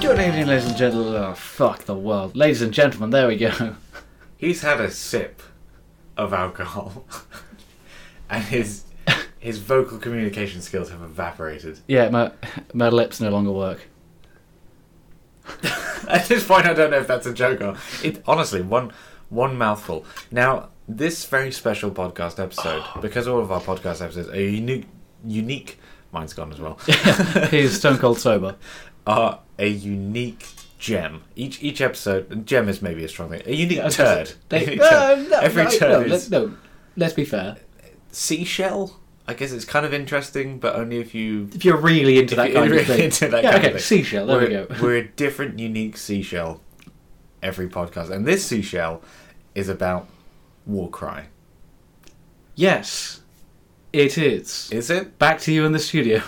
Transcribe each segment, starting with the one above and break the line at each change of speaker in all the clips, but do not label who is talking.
Good evening, ladies and gentlemen. Oh, fuck the world. Ladies and gentlemen, there we go.
He's had a sip of alcohol, and his his vocal communication skills have evaporated.
Yeah, my, my lips no longer work.
At this point, I don't know if that's a joke or it. Honestly, one one mouthful. Now, this very special podcast episode, because all of our podcast episodes are unique. Unique. Mine's gone as well.
He's stone cold sober.
are a unique gem. Each each episode, gem is maybe a strong thing. A unique
I was gonna
turd.
say, they-
A unique
no,
turd.
no,
Every
no,
turd
no,
is
let, no, let's be fair.
seashell. I guess it's kind of interesting, but only if you
If you're really into that
if you're
kind of
really
thing.
into that
yeah,
kind
okay,
of thing.
seashell, there
we're,
we go.
we're a different, unique seashell every podcast, and this seashell is about war cry.
Yes, it is.
Is it?
Back to you in the studio.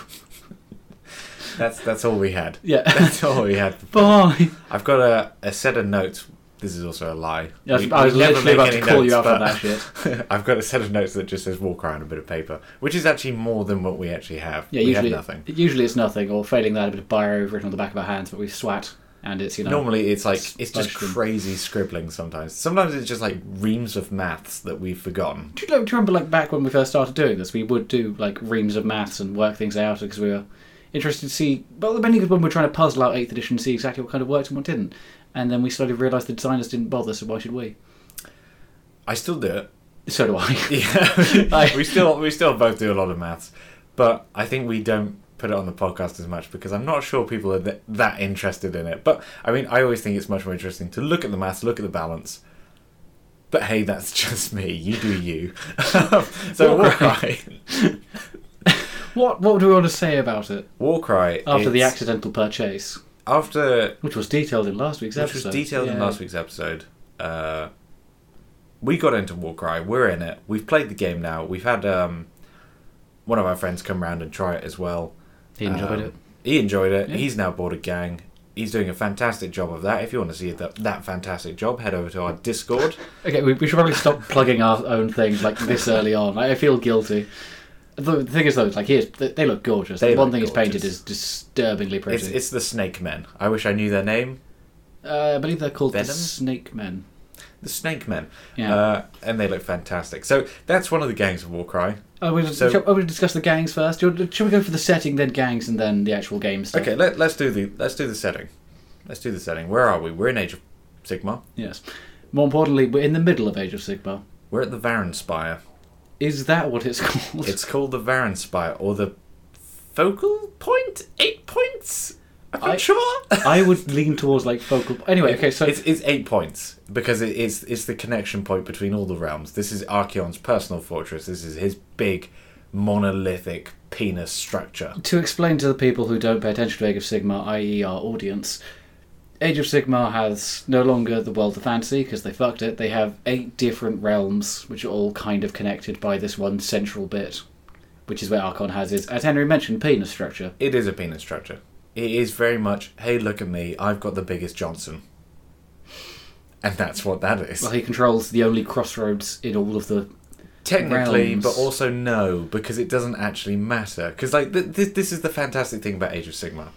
That's that's all we had.
Yeah.
That's all we had.
Bye.
I've got a, a set of notes. This is also a lie.
Yeah, I was-
We-
I was
we never
literally
make
about to
any
call you out
notes,
on
but-
that shit.
I've got a set of notes that just says walk around a bit of paper, which is actually more than what we actually have.
Yeah,
we
usually,
have nothing.
usually it's nothing, or failing that, a bit of biro written on the back of our hands, but we swat, and it's, you know.
Normally, it's like
It's
it's just
question.
crazy scribbling. Sometimes, sometimes it's just like reams of maths that we've forgotten.
Do you, know, do you remember, like, back when we first started doing this, we would do, like, reams of maths and work things out because we were interested to see. Well, the many good when we were trying to puzzle out 8th edition and see exactly what kind of worked and what didn't. And then we slowly realised the designers didn't bother, so why should we?
I still do it.
So do I.
Yeah,
I-
we still we still both do a lot of maths, but I think we don't put it on the podcast as much because I'm not sure people are th- that interested in it. But I mean, I always think it's much more interesting to look at the maths, look at the balance. But hey, that's just me. You do you. so War
War
Cry,
what What do we want to say about it
War Cry.
after the
it's-
accidental purchase,
after
which was detailed in last week's
which
episode?
was detailed in
Yeah.
last week's episode. Uh, we got into Warcry. We're in it. We've played the game now. We've had um, one of our friends come round and try it as well.
He enjoyed
Um,
it.
He enjoyed it.
Yeah.
He's now bought a gang. He's doing a fantastic job of that. If you want to see that, that fantastic job, head over to our Discord.
Okay, we, we should probably stop plugging our own things like this early on. I, I feel guilty. The, the thing is, though, it's like here's they, they look gorgeous.
They
the one
look
thing he's painted
gorgeous.
is disturbingly pretty.
it's, it's the Snake Men. I wish I knew their name.
uh, I believe they're called the
Venom?
Snake Men.
The Snake Men.
Yeah.
Uh, and they look fantastic. So that's one of the gangs of Warcry.
oh, we
so-
shall, oh, we discuss the gangs first. Do you want- Shall we go for the setting, then gangs, and then the actual game stuff?
Okay, let, let's do the let's do the setting. Let's do the setting. Where are we? We're in Age of Sigma.
Yes. More importantly, we're in the middle of Age of Sigma.
We're at the Varan Spire.
Is that what it's called?
It's called the Varan Spire or the focal point? Eight points? I'm not
I-
sure.
I would lean towards like focal. Anyway, okay, so
it's, it's eight points because it, it's it's the connection point between all the realms. This is Archeon's personal fortress. This is his big monolithic penis structure.
To explain to the people who don't pay attention to Age of Sigma, i.e., our audience, Age of Sigma has no longer the world of fantasy because they fucked it. They have eight different realms, which are all kind of connected by this one central bit, which is where Archon has his, as Henry mentioned, penis structure.
It is a penis structure. It is very much, hey, look at me, I've got the biggest Johnson. And that's what that is.
Well, he controls the only crossroads in all of the.
Technically,
realms.
but also no, because it doesn't actually matter. Because like th- this, this is the fantastic thing about Age of Sigma.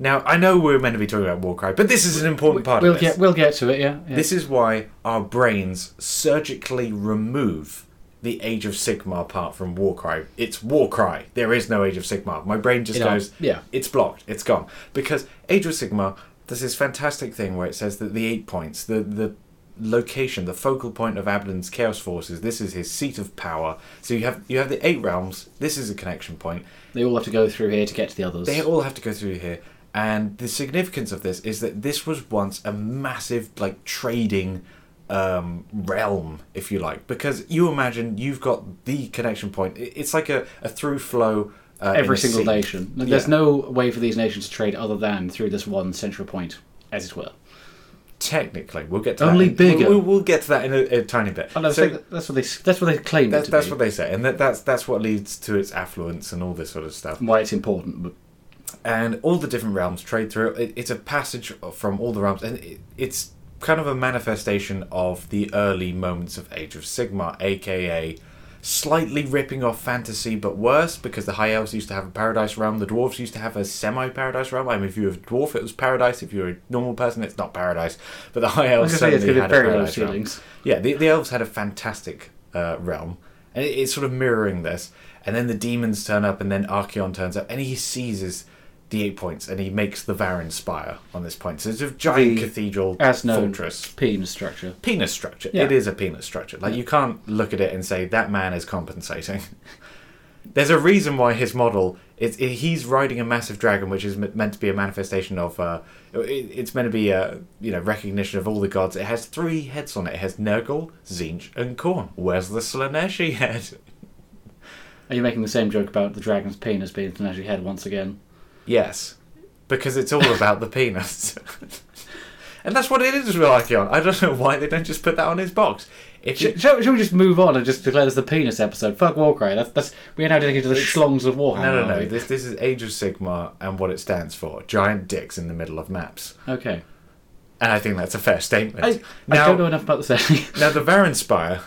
Now I know we're meant to be talking about Warcry, but this is an important part
We'll
of this.
get we'll get to it. Yeah. yeah.
This is why our brains surgically remove the Age of Sigma part from Warcry. It's Warcry. There is no Age of Sigma. My brain just
You know,
goes,
yeah.
it's blocked. It's gone. Because Age of Sigma does this fantastic thing where it says that the eight points, the the location, the focal point of Abaddon's Chaos Forces, this is his seat of power. So you have you have the eight realms. This is a connection point.
They all have to go through here to get to the others.
They all have to go through here. And the significance of this is that this was once a massive like trading um, realm, if you like, because you imagine you've got the connection point. I- It's like a, a through flow. Uh, in
Every
a
single
sea.
nation. There's
Yeah.
no way for these nations to trade other than through this one central point, as it were.
Technically, we'll get to that
Only
in-
bigger.
We'll, we'll get to that in a, a tiny bit.
Oh, no,
So-
so that's what they that's what they claim it
that's,
to
that's
be.
what they say, and that, that's that's what leads to its affluence and all this sort of stuff.
why it's important. But
and all the different realms trade through. It, it's a passage from all the realms, and it, it's kind of a manifestation of the early moments of Age of Sigma, aka slightly ripping off fantasy, but worse because the high elves used to have a paradise realm. The dwarves used to have a semi paradise realm. I mean, if you were a dwarf, it was paradise. If you're a normal person, it's not paradise. But the high
Like I
elves
say, it's
certainly
going to
had
be
a
very low
paradise realm.
ceilings.
Yeah, the, the elves had a fantastic uh, realm, and it, it's sort of mirroring this. And then the demons turn up, and then Archeon turns up, and he seizes the eight points, and he makes the Varan spire on this point. So it's a giant
The-
cathedral
as known.
fortress.
Penis structure.
Penis structure.
Yeah.
It is a penis structure. Like, you can't look at it and say, that man is compensating. There's a reason why his model it's it, he's riding a massive dragon, which is m- meant to be a manifestation of uh, it, it's meant to be a you know recognition of all the gods. It has three heads on it. It has Nergal, Zinj, and Korn. Where's the Slaneshi head?
Are you making the same joke about the dragon's penis being an actually head once again?
yes, because it's all about the penis, and that's what it is with Archeon. I don't know why they don't just put that on his box. If
Sh-
it,
Shall, shall we just move on and just declare this the penis episode? Fuck Warcry. That's, that's we're now getting into the schlongs of Warhammer.
no, no,
aren't
no.
we?
This this is Age of Sigma and what it stands for: giant dicks in the middle of maps.
Okay.
And I think that's a fair statement.
I, I don't know enough about the setting.
Now the Varanspire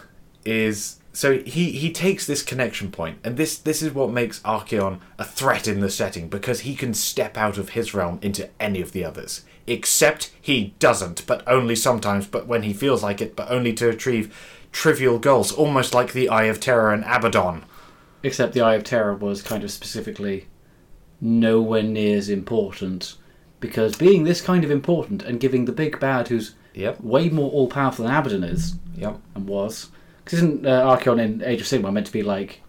is so he he takes this connection point, and this this is what makes Archeon a threat in the setting because he can step out of his realm into any of the others. Except he doesn't, but only sometimes, but when he feels like it, but only to achieve trivial goals, almost like the Eye of Terror and Abaddon.
Except the Eye of Terror was kind of specifically nowhere near as important because being this kind of important and giving the big bad who's
Yep.
way more all powerful than Abaddon is
Yep.
and was because isn't uh, Archeon in Age of Sigma meant to be like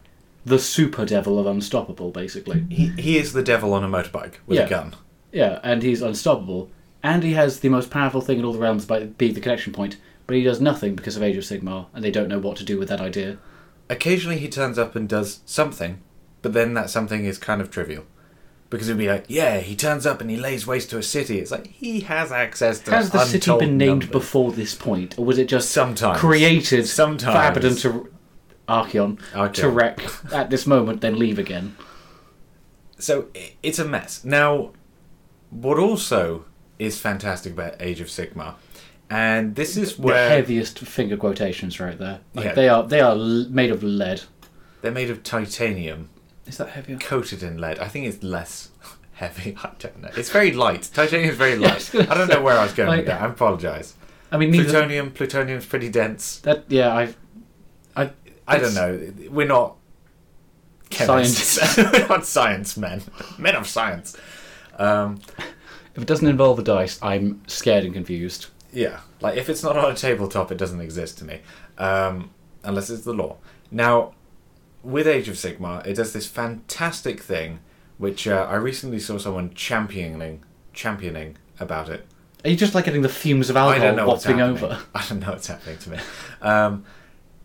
the super devil of unstoppable basically?
He he is the devil on a motorbike with
Yeah.
a gun.
Yeah, and he's unstoppable. And he has the most powerful thing in all the realms by being the connection point, but he does nothing because of Age of Sigmar, and they don't know what to do with that idea.
occasionally he turns up and does something, but then that something is kind of trivial. Because it'd be like, yeah, he turns up and he lays waste to a city. It's like he has access to
Has the city
untold
been named
numbers.
before this point, or was it just
Sometimes.
created
Sometimes.
for Abaddon to Archeon, to
Archeon.
wreck at this moment, then leave again?
So i- it's a mess. Now, what also is fantastic about Age of Sigma, and this is where
The heaviest finger quotations right there. Like,
Yeah.
They are they are l- made of lead.
they're made of titanium
Is that heavier?
coated in lead. I think it's less heavy. I don't know. It's very light. Titanium is very
Yeah, I
light.
was gonna
I don't know
say,
where I was going
like-
with that. I apologise.
I mean, neither,
Plutonium. Plutonium's pretty dense.
that yeah, I I
I don't know. We're not chemists. We're not science men. Men of science. Um,
If it doesn't involve the dice, I'm scared and confused.
yeah. Like, if it's not on a tabletop, it doesn't exist to me. Um, unless it's the law. Now, with Age of Sigma, it does this fantastic thing, which uh, I recently saw someone championing, championing about it.
Are you just like getting the fumes of alcohol
I don't know what's
wafting
happening.
over?
I don't know what's happening to me. Um,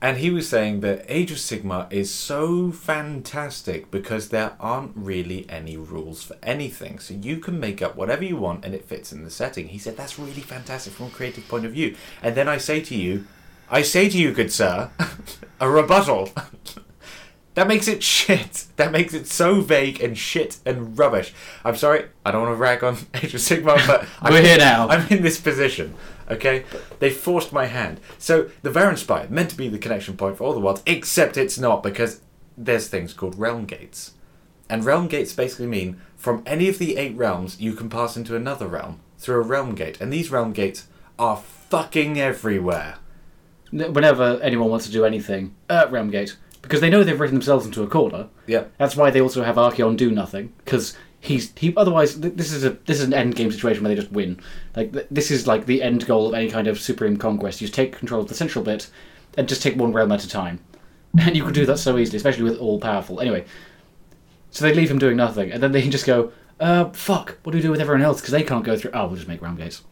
and he was saying that Age of Sigma is so fantastic because there aren't really any rules for anything. So you can make up whatever you want and it fits in the setting. He said that's really fantastic from a creative point of view. And then I say to you, I say to you, good sir, a rebuttal. That makes it shit. That makes it so vague and shit and rubbish. I'm sorry, I don't want to rag on Age of Sigma, but I'm
We're here now.
I'm in this position. Okay, they forced my hand. So the Varan Spire meant to be the connection point for all the worlds, except it's not because there's things called realm gates, and realm gates basically mean from any of the eight realms you can pass into another realm through a realm gate, and these realm gates are fucking everywhere.
N- Whenever anyone wants to do anything, uh, Ramgate, because they know they've written themselves into a corner.
Yep.
That's why they also have Archeon do nothing, because he's he. Otherwise, th- this is a this is an end game situation where they just win. Like th- this is like the end goal of any kind of supreme conquest. You take control of the central bit, and just take one realm at a time, and you can do that so easily, especially with all powerful. Anyway, so they leave him doing nothing, and then they just go, uh, fuck. What do we do with everyone else? Because they can't go through. Oh, we'll just make realm gates.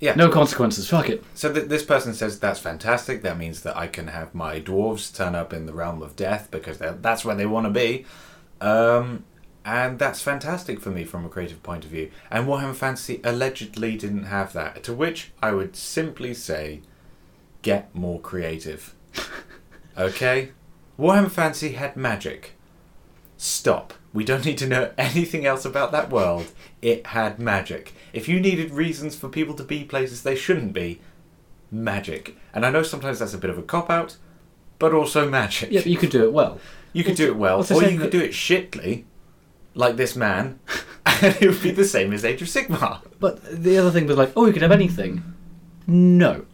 Yeah.
No consequences. Fuck it.
So th- this person says that's fantastic. That means that I can have my dwarves turn up in the realm of death because they're- that's where they want to be, um, and that's fantastic for me from a creative point of view. And Warhammer Fantasy allegedly didn't have that. To which I would simply say, get more creative. okay, Warhammer Fantasy had magic. Stop. We don't need to know anything else about that world. It had magic. If you needed reasons for people to be places they shouldn't be, magic. And I know sometimes that's a bit of a cop out, but also magic.
Yeah, but you could do it well.
You could do it well,
also
or
saying
you could
that-
do it shitly, like this man, and it would be the same as Age of Sigmar.
But the other thing was like, oh, you could have anything. No.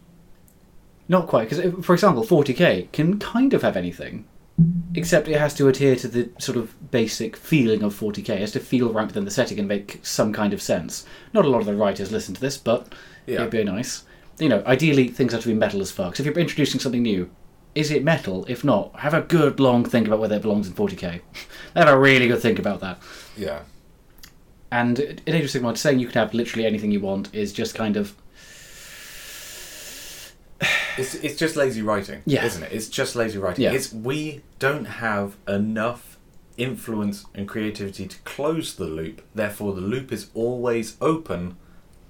Not quite, because for example, 40k can kind of have anything, except it has to adhere to the sort of basic feeling of 40k. It has to feel right within the setting and make some kind of sense. Not a lot of the writers listen to this, but
Yeah.
it'd be nice. You know, ideally things have to be metal as fuck. So if you're introducing something new, is it metal? If not, have a good long think about whether it belongs in 40k. have a really good think about that.
Yeah.
And in Age of Sigmar, saying you can have literally anything you want is just kind of
It's, it's just lazy writing,
Yeah.
isn't it? It's just lazy writing.
Yeah.
It's we don't have enough influence and creativity to close the loop. Therefore, the loop is always open,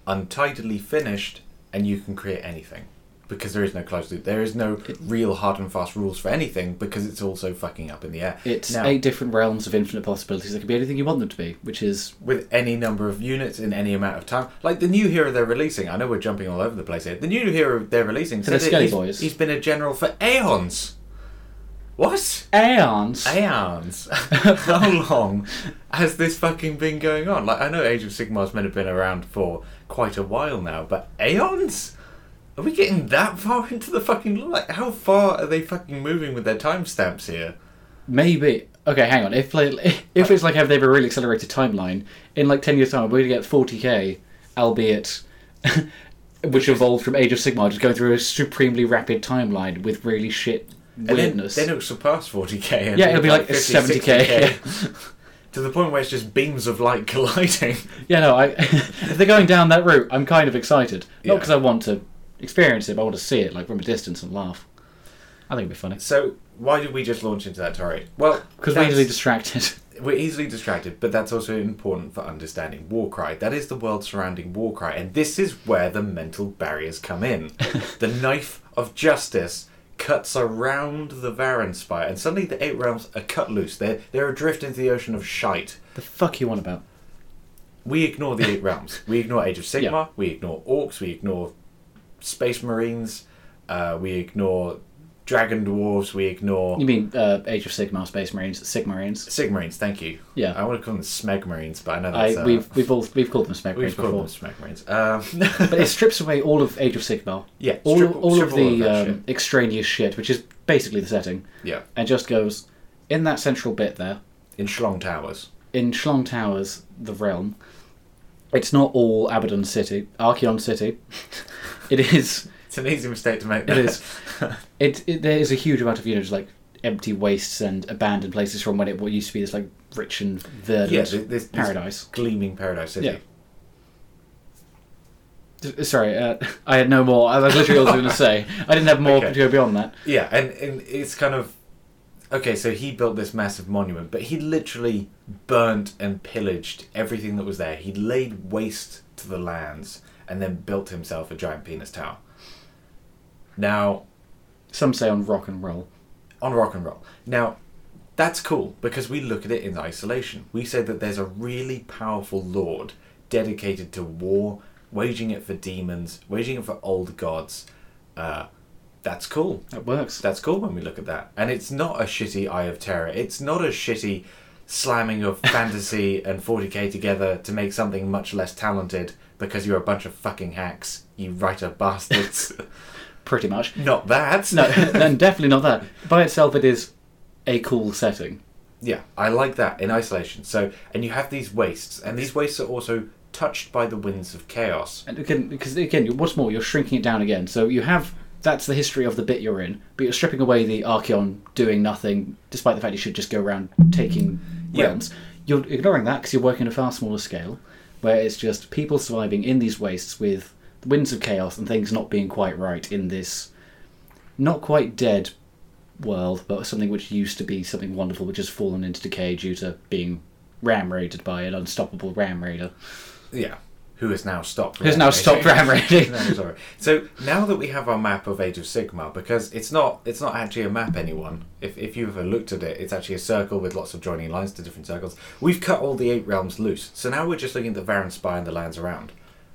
untidily finished, and you can create anything because there is no closed loop. There is no real hard and fast rules for anything because it's all so fucking up in the air.
It's
Now-
eight different realms of infinite possibilities. They can be anything you want them to be, which is
with any number of units in any amount of time. Like the new hero they're releasing, I know we're jumping all over the place here. The new hero they're releasing
So they're
said that
Skelly
he's-
Boys.
he's been a general for aeons. What?
aeons.
Aeons? How long has this fucking been going on? Like, I know Age of Sigmar's meant to have been around for quite a while now, but aeons? Are we getting that far into the fucking. Like, how far are they fucking moving with their timestamps here?
Maybe. Okay, hang on. If like, if it's like have they ever really accelerated timeline in like ten years time, we're gonna get forty k, albeit. Which evolved from Age of Sigmar, just going through a supremely rapid timeline with really shit
And then-
weirdness.
Then, it'll surpass 40k. And
Yeah, it'll be like
50,
70K,
60K. to the point where it's just beams of light colliding.
yeah, no, I, if they're going down that route, I'm kind of excited. Not
Yeah.
because I want to experience it, but I want to see it like from a distance and laugh. I think it'd be funny
So why did we just launch into that turret? Well,
because we're
that's-
easily distracted.
we're easily distracted, but that's also important for understanding Warcry. That is the world surrounding Warcry, and this is where the mental barriers come in. the knife of justice cuts around the Varan Spire, and suddenly the Eight Realms are cut loose. They're, they're adrift into the ocean of shite.
the fuck you on about?
we ignore the eight realms. We ignore Age of Sigma.
Yeah.
We ignore orcs. We ignore space marines. Uh, we ignore dragon dwarves. We ignore
You mean uh, Age of Sigmar, Space Marines, Sigmarines?
sigmarines. Thank you.
Yeah.
I want to call them smegmarines, but I know that's
I,
uh,
we've we've all we've called them Spec Marines
we've called
before,
them smegmarines. Um,
but it strips away all of Age of Sigmar,
yeah,
all
strip-
all
strip
of the
that
um, extraneous shit, which is basically the setting,
shit. yeah
and just goes in that central bit there
in Schlong Towers.
in Schlong Towers, the realm. It's not all Abaddon City, Archeon City. it is
It's an easy mistake to make.
It is. It, it there is a huge amount of you know just like empty wastes and abandoned places from when it what used to be this like rich and verdant
yeah, thi- this, this
paradise.
gleaming paradise city.
Yeah. D- Sorry, uh, I had no more. I was literally all I was going to say. I didn't have more
Okay.
to go beyond that.
Yeah, and, and it's kind of okay. So he built this massive monument, but he literally burnt and pillaged everything that was there. He laid waste to the lands and then built himself a giant penis tower. Now,
Some say on rock and roll.
on rock and roll. Now, that's cool because we look at it in isolation. We say that there's a really powerful lord dedicated to war, waging it for demons, waging it for old gods. Uh, that's cool.
That works.
That's cool when we look at that. And it's not a shitty Eye of Terror. It's not a shitty slamming of fantasy and 40k together to make something much less talented because you're a bunch of fucking hacks, you writer bastards.
Pretty much.
not that.
No, and definitely not that. By itself, it is a cool setting.
Yeah, I like that in isolation. So, and you have these wastes, and these wastes are also touched by the winds of chaos.
And again, because again, you- what's more, you're shrinking it down again. So you have that's the history of the bit you're in, but you're stripping away the Archeon doing nothing, despite the fact you should just go around taking
Yeah.
realms. You're ignoring that because you're working at a far smaller scale, where it's just people surviving in these wastes with the winds of chaos and things not being quite right in this not quite dead world, but something which used to be something wonderful, which has fallen into decay due to being ram raided by an unstoppable ram raider
Yeah. Who has now stopped?
who's now stopped ram raiding.
No, sorry. So now that we have our map of Age of Sigma, because it's not it's not actually a map, anyone. If if you've ever looked at it, it's actually a circle with lots of joining lines to different circles. We've cut all the eight realms loose, so now we're just looking at the Varan Spire and the lands around.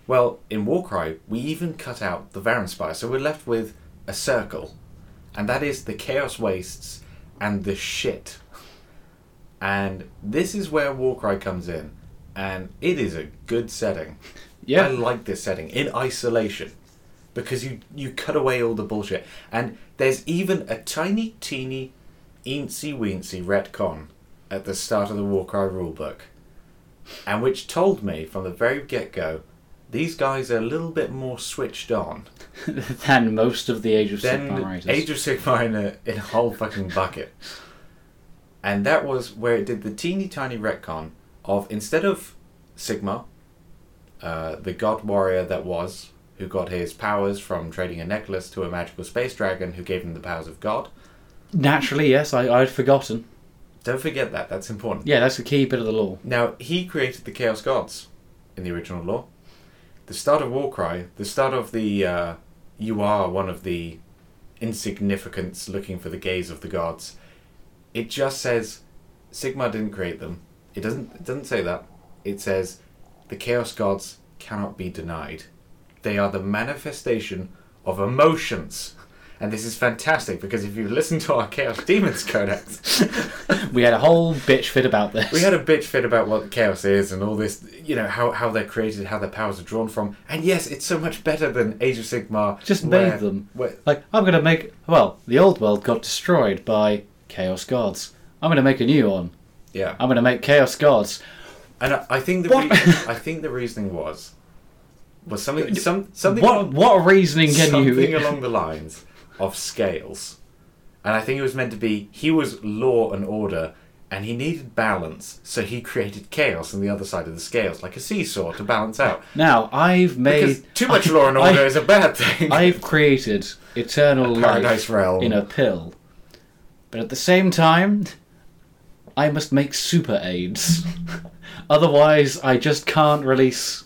Well, in Warcry, we even cut out the Varan Spire, so we're left with a circle, and that is the chaos wastes and the shit. And this is where Warcry comes in, and it is a good setting. I
Yeah.
like this setting in isolation because you you cut away all the bullshit, and there's even a tiny, teeny, eensy weensy retcon at the start of the Warcry rulebook, and which told me from the very get go. These guys are a little bit more switched on
than most of the Age of
then
Sigmar writers.
Age of Sigmar in a, in a whole fucking bucket. And that was where it did the teeny tiny retcon of instead of Sigma, uh, the god warrior that was, who got his powers from trading a necklace to a magical space dragon who gave him the powers of God.
Naturally, yes, I, I'd forgotten.
Don't forget that, that's important.
Yeah, that's a key bit of the law.
Now, he created the Chaos Gods in the original lore. The start of Warcry, the start of the uh, You Are One of the Insignificants Looking for the Gaze of the Gods, it just says Sigma didn't create them. It doesn't, it doesn't say that. It says the Chaos Gods cannot be denied. They are the manifestation of emotions. And this is fantastic because if you listen to our Chaos Demons Codex,
We had a whole bitch fit about this.
we had a bitch fit about what chaos is and all this, you know, how, how they're created, how their powers are drawn from. And yes, it's so much better than Age of Sigmar.
Just
where-
made them.
where-
Like, I'm going to make. Well, the old world got destroyed by Chaos Gods. I'm going to make a new one.
yeah.
I'm going to make Chaos Gods.
And I, I think the
Um, What?
re- I think the reasoning was was something some something
What what reasoning can
something
you?
along the lines of scales. And I think it was meant to be he was law and order and he needed balance, so he created chaos on the other side of the scales, like a seesaw to balance out.
Now I've
Because
made
too much
I-
law and
I-
order is a bad thing.
I've created eternal
Paradise
life
Realm.
in a pill, but at the same time, I must make super aids. Otherwise, I just can't release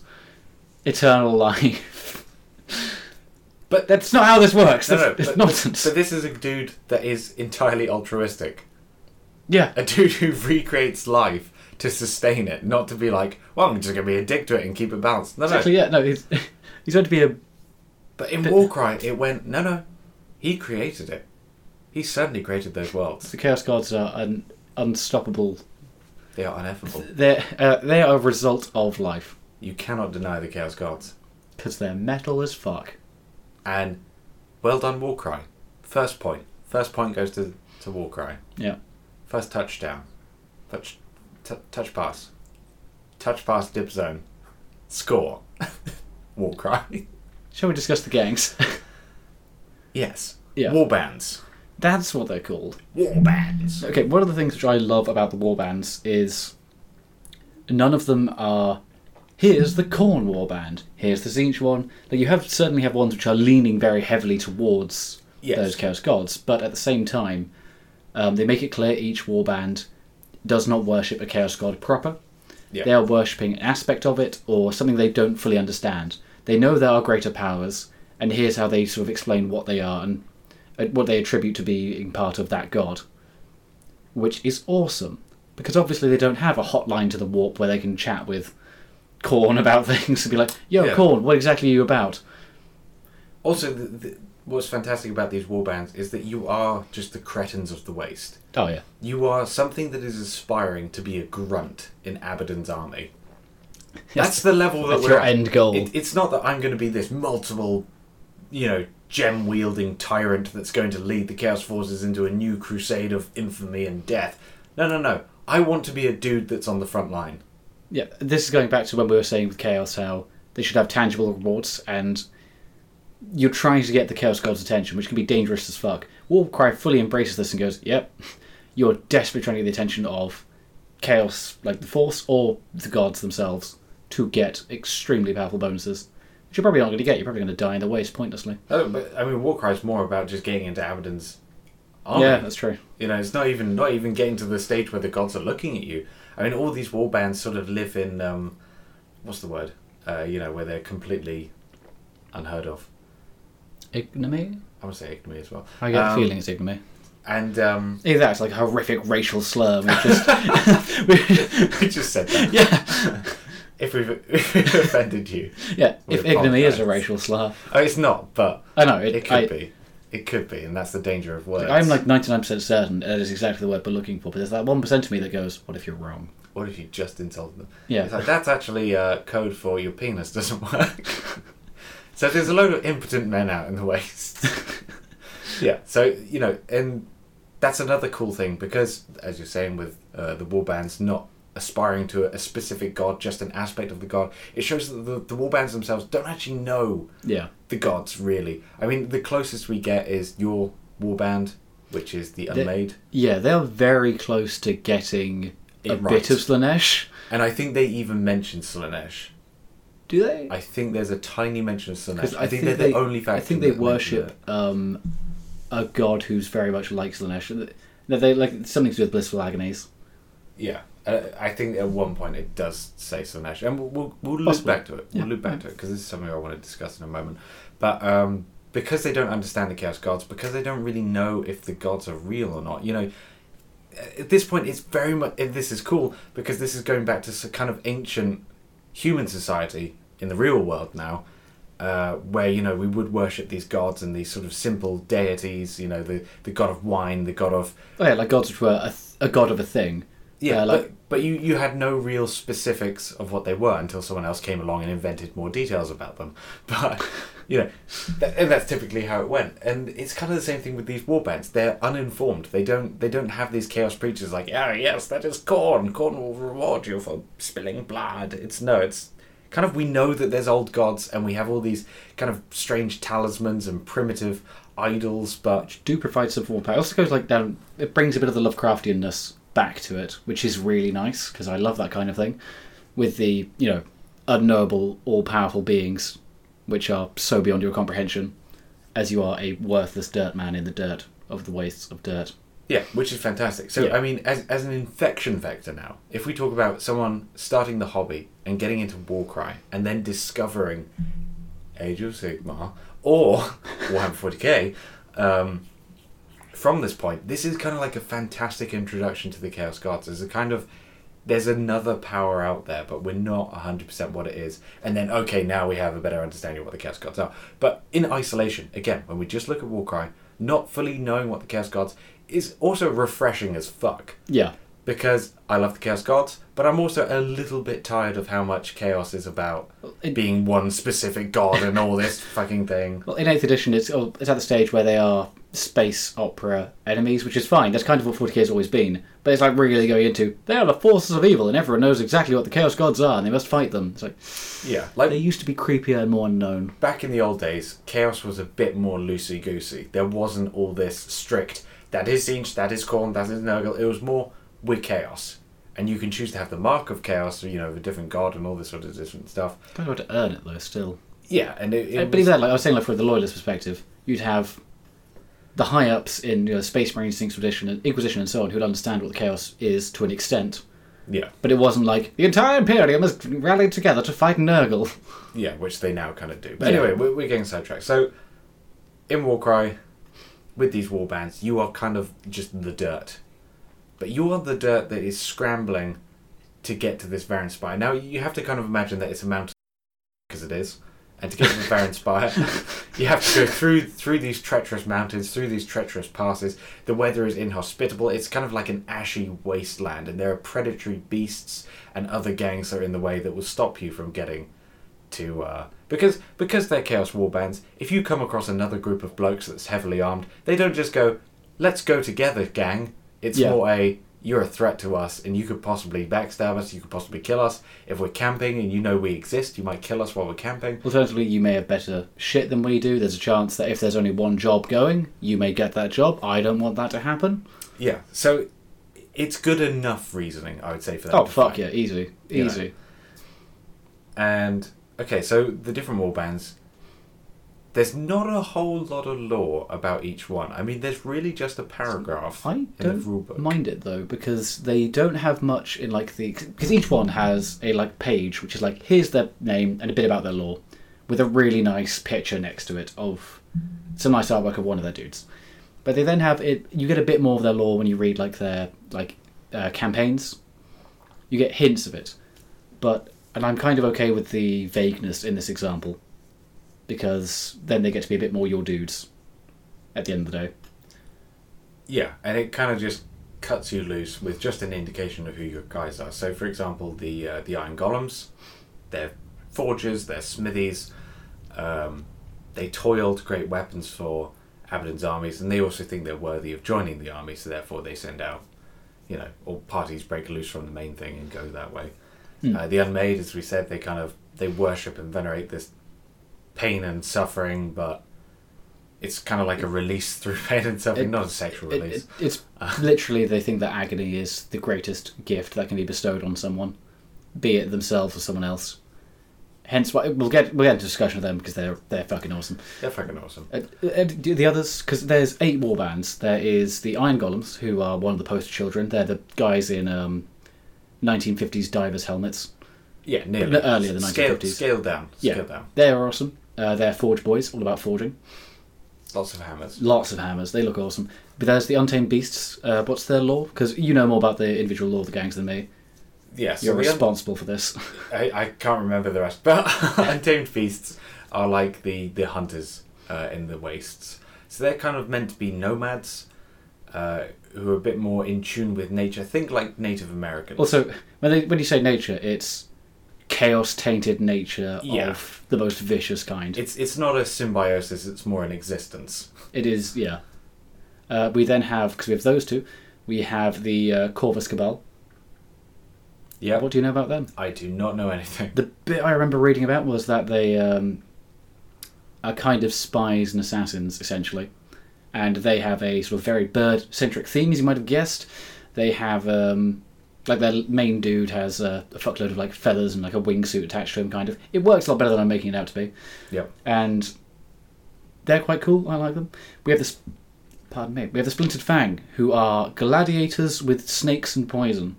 eternal life.
But-
that's not how this works.
No,
That's,
no,
it's
but,
nonsense.
but this is a dude that is entirely altruistic.
yeah,
A dude who recreates life to sustain it, not to be like, well, I'm just going to be a dick to it and keep it balanced. No,
exactly.
no.
Yeah, no. He's, he's going to be a
But in Warcry, it went, no, no. He created it. He certainly created those worlds.
the chaos gods are an unstoppable.
They are ineffable.
They're uh, they are a result of life.
You cannot deny the Chaos Gods.
Because they're metal as fuck.
And well done, Warcry. First point. First point goes to, to Warcry.
Yeah.
First touchdown. Touch, t- touch pass. Touch pass, dip zone. Score. Warcry.
Shall we discuss the gangs?
Yes.
Yeah.
Warbands.
That's what they're called.
Warbands.
Okay, one of the things which I love about the warbands is none of them are here's the corn warband, here's the zinch one. Like you have certainly have ones which are leaning very heavily towards
Yes.
those chaos gods, but at the same time, um, they make it clear each warband does not worship a chaos god proper.
Yeah.
they are worshipping an aspect of it or something they don't fully understand. They know there are greater powers, and here's how they sort of explain what they are and uh, what they attribute to being part of that god, which is awesome because obviously they don't have a hotline to the warp where they can chat with Corn about things and be like, "Yo,
Yeah.
Corn, what exactly are you about?"
Also, the, the, what's fantastic about these warbands is that you are just the cretins of the waste.
Oh yeah,
You are something that is aspiring to be a grunt in Abaddon's army. That's the level that
That's
we're
your
at.
end goal.
It, it's not that I'm going to be this multiple, you know, gem wielding tyrant that's going to lead the Chaos forces into a new crusade of infamy and death. No, no, no. I want to be a dude that's on the front line.
Yeah, this is going back to when we were saying with Chaos how they should have tangible rewards, and you're trying to get the Chaos God's attention, which can be dangerous as fuck. Warcry fully embraces this and goes, "Yep, you're desperately trying to get the attention of Chaos, like the Force or the gods themselves, to get extremely powerful bonuses, which you're probably not going to get. You're probably going to die in the waste pointlessly."
Oh, but I mean, Warcry's more about just getting into Abaddon's army.
Yeah, that's true.
You know, it's not even not even getting to the stage where the gods are looking at you. I mean, all these warbands sort of live in um, what's the word? Uh, you know, where they're completely unheard of.
Ignominy.
I would say ignominy as well.
I get
Um,
the feeling it's ignominy.
And um,
Either that's like a horrific racial slur. Which just, we-
we just said that
yeah,
if we've, if we've offended you,
yeah.
We
if ignominy is a
apologise.
racial slur.
oh, it's not, but
I know it,
it could
I,
be. It could be, and that's the danger of words.
I'm like 99% certain that is exactly the word we're looking for, but there's that 1% of me that goes, what if you're wrong?
what if you just insulted them?
Yeah.
It's like, that's actually uh, code for your penis doesn't work. so there's a load of impotent men out in the waste. yeah. So, you know, and that's another cool thing because, as you're saying with uh, the war bands not aspiring to a, a specific god, just an aspect of the god, it shows that the, the war bands themselves don't actually know
Yeah.
the gods, really. I mean, the closest we get is your war band, which is the Unmade.
Yeah, they're very close to getting a
It right.
bit of Slanesh.
and I think they even mention Slanesh.
Do they?
I think there's a tiny mention of Slanesh. I
'Cause
think, they're the only faction.
I think they
that mention
worship um, a god who's very much like Slanesh. No, they like something to do with blissful agonies.
it. Yeah, uh, I think at one point it does say Slanesh, and we'll we'll, we'll loop
Possibly.
back to it.
Yeah.
We'll loop back to it because this is something I want to discuss in a moment. But um, because they don't understand the Chaos Gods, because they don't really know if the gods are real or not, you know. At this point, it's very much. and This is cool because this is going back to s- kind of ancient human society in the real world now, uh, where you know we would worship these gods and these sort of simple deities. You know, the the god of wine, the god of
Oh yeah, like gods which were a, th- a god of a thing.
yeah,
Uh, like
but, but you, you had no real specifics of what they were until someone else came along and invented more details about them. But, you know, that, and that's typically how it went. And it's kind of the same thing with these war bands. They're uninformed. They don't they don't have these chaos preachers like, oh, yes, that is corn. Corn will reward you for spilling blood. It's no, it's kind of we know that there's old gods and we have all these kind of strange talismans and primitive idols, but
do provide some form of power. It also goes like down. It brings a bit of the Lovecraftianness back to it, which is really nice because I love that kind of thing. With the you know unknowable, all-powerful beings, which are so beyond your comprehension, as you are a worthless dirt man in the dirt of the wastes of dirt.
Yeah, which is fantastic. So,
Yeah.
I mean, as, as an infection vector now, if we talk about someone starting the hobby and getting into Warcry and then discovering Age of Sigmar or Warhammer 40k um, from this point, this is kind of like a fantastic introduction to the Chaos Gods. There's a kind of, there's another power out there, but we're not 100% what it is. And then, okay, now we have a better understanding of what the Chaos Gods are. But in isolation, again, when we just look at Warcry, not fully knowing what the Chaos Gods is also refreshing as fuck
Yeah,
because I love the Chaos Gods, but I'm also a little bit tired of how much chaos is about
it-
being one specific god and all this fucking thing.
Well, in Eighth Edition, it's oh, it's at the stage where they are space opera enemies, which is fine. That's kind of what 40k has always been. But it's like really going into they are the forces of evil, and everyone knows exactly what the Chaos Gods are, and they must fight them. It's like
Yeah,
they
like
used to be creepier and more unknown.
back in the old days, chaos was a bit more loosey goosey. There wasn't all this strict. That is Zinch, that is Korn, that is Nurgle. It was more we're chaos, and you can choose to have the mark of chaos, you know, of a different god and all this sort of different stuff.
Kind of had to earn it though, still.
Yeah, and it, it
But
was-
even that, like I was saying, like from the loyalist perspective, you'd have the high ups in you know, Space Marines, Inquisition, and Inquisition, and so on, who'd understand what the Chaos is to an extent.
yeah,
But it wasn't like the entire Imperium has rallied together to fight Nurgle.
Yeah, which they now kind of do. But
Yeah.
anyway, we're, we're getting sidetracked. So, in Warcry, with these war bands, you are kind of just the dirt. But you are the dirt that is scrambling to get to this Varan Spire. Now, you have to kind of imagine that it's a mountain, because it is. And to get to the Varan Spire, you have to go through through these treacherous mountains, through these treacherous passes. The weather is inhospitable. It's kind of like an ashy wasteland, and there are predatory beasts and other gangs that are in the way that will stop you from getting to uh, because because they're chaos war bands. If you come across another group of blokes that's heavily armed, they don't just go, "Let's go together, gang." It's
Yeah.
more a you're a threat to us, and you could possibly backstab us. You could possibly kill us if we're camping, and you know we exist. You might kill us while we're camping.
Alternatively, you may have better shit than we do. There's a chance that if there's only one job going, you may get that job. I don't want that to happen.
Yeah. So it's good enough reasoning, I would say, for that.
Oh,
to
fuck
fly.
yeah, easy.
You know.
Easy.
And okay, so the different war bands. There's not a whole lot of lore about each one. I mean, there's really just a paragraph
I
in the rule book.
don't mind it though because they don't have much in like the because each one has a like page which is like here's their name and a bit about their lore, with a really nice picture next to it of some nice artwork of one of their dudes. But they then have it. You get a bit more of their lore when you read like their like uh, campaigns. You get hints of it, but and I'm kind of okay with the vagueness in this example, because then they get to be a bit more your dudes. at the end of the day.
Yeah, and it kind of just cuts you loose with just an indication of who your guys are. So, for example, the uh, the iron golems, they're forgers, they're smithies. Um, they toil to create weapons for Abaddon's armies, and they also think they're worthy of joining the army. So, therefore, they send out, you know, all parties break loose from the main thing and go that way.
Hmm.
Uh, the unmade, as we said, they kind of they worship and venerate this pain and suffering, but it's kind of like a release through pain and suffering,
It-
not a sexual
It-
release.
it- it's literally they think that agony is the greatest gift that can be bestowed on someone, be it themselves or someone else. Hence, why we'll get we'll get into discussion of them because they're they're fucking awesome.
They're fucking awesome.
Uh, uh, do the others, because there's eight war bands. There is the Iron Golems, who are one of the poster children. They're the guys in um, 1950s divers helmets.
Yeah, nearly.
The earlier than
scaled,
1950s.
scaled down.
Yeah.
Scaled down.
They are awesome. Uh, they're Forge Boys, all about forging.
Lots of hammers.
Lots of hammers. They look awesome. But there's the Untamed Beasts. Uh, what's their lore? Because you know more about the individual lore of the gangs than me.
Yeah, so
You're
the un-
responsible for this.
I, I can't remember the rest, but untamed beasts are like the the hunters uh, in the wastes. So they're kind of meant to be nomads. Uh, who are a bit more in tune with nature? Think like Native Americans.
also, when they, when you say nature, it's chaos tainted nature
Yeah.
of the most vicious kind.
it's it's not a symbiosis; it's more an existence.
It is, yeah. Uh, we then have, because we have those two, we have the uh, Corvus Cabal.
Yeah,
What do you know about them?
I do not know anything.
The bit I remember reading about was that they um, are kind of spies and assassins, essentially. And they have a sort of very bird centric theme, as you might have guessed. They have, um, like, their main dude has uh, a fuckload of, like, feathers and, like, a wingsuit attached to him, kind of. It works a lot better than I'm making it out to be.
Yep.
and they're quite cool. I like them. We have this. Pardon me. We have the Splintered Fang, who are gladiators with snakes and poison.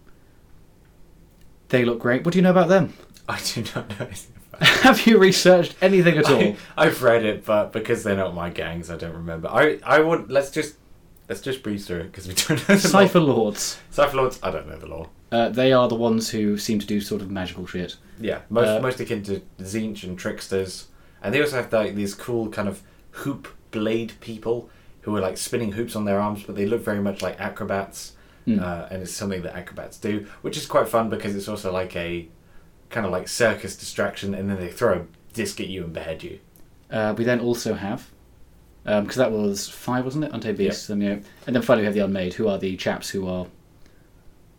They look great. What do you know about them?
I do not know anything. About
have you researched anything at all?
I, I've read it, but because they're not my gangs, I don't remember. I I would let's just let's just breeze through it because we don't know the
Cipher
law.
Lords.
Cipher lords. I don't know the law.
Uh, they are the ones who seem to do sort of magical shit.
Yeah, most
Uh,
mostly akin to Zinch and tricksters, and they also have like these cool kind of hoop blade people who are like spinning hoops on their arms, but they look very much like acrobats,
Hmm.
uh, and it's something that acrobats do, which is quite fun because it's also like a kind of like circus distraction, and then they throw a disc at you and behead you.
Uh, we then also have. Because that was five, wasn't it? Untamed Beasts. Then, yeah. And then finally we have the Unmade, who are the chaps who are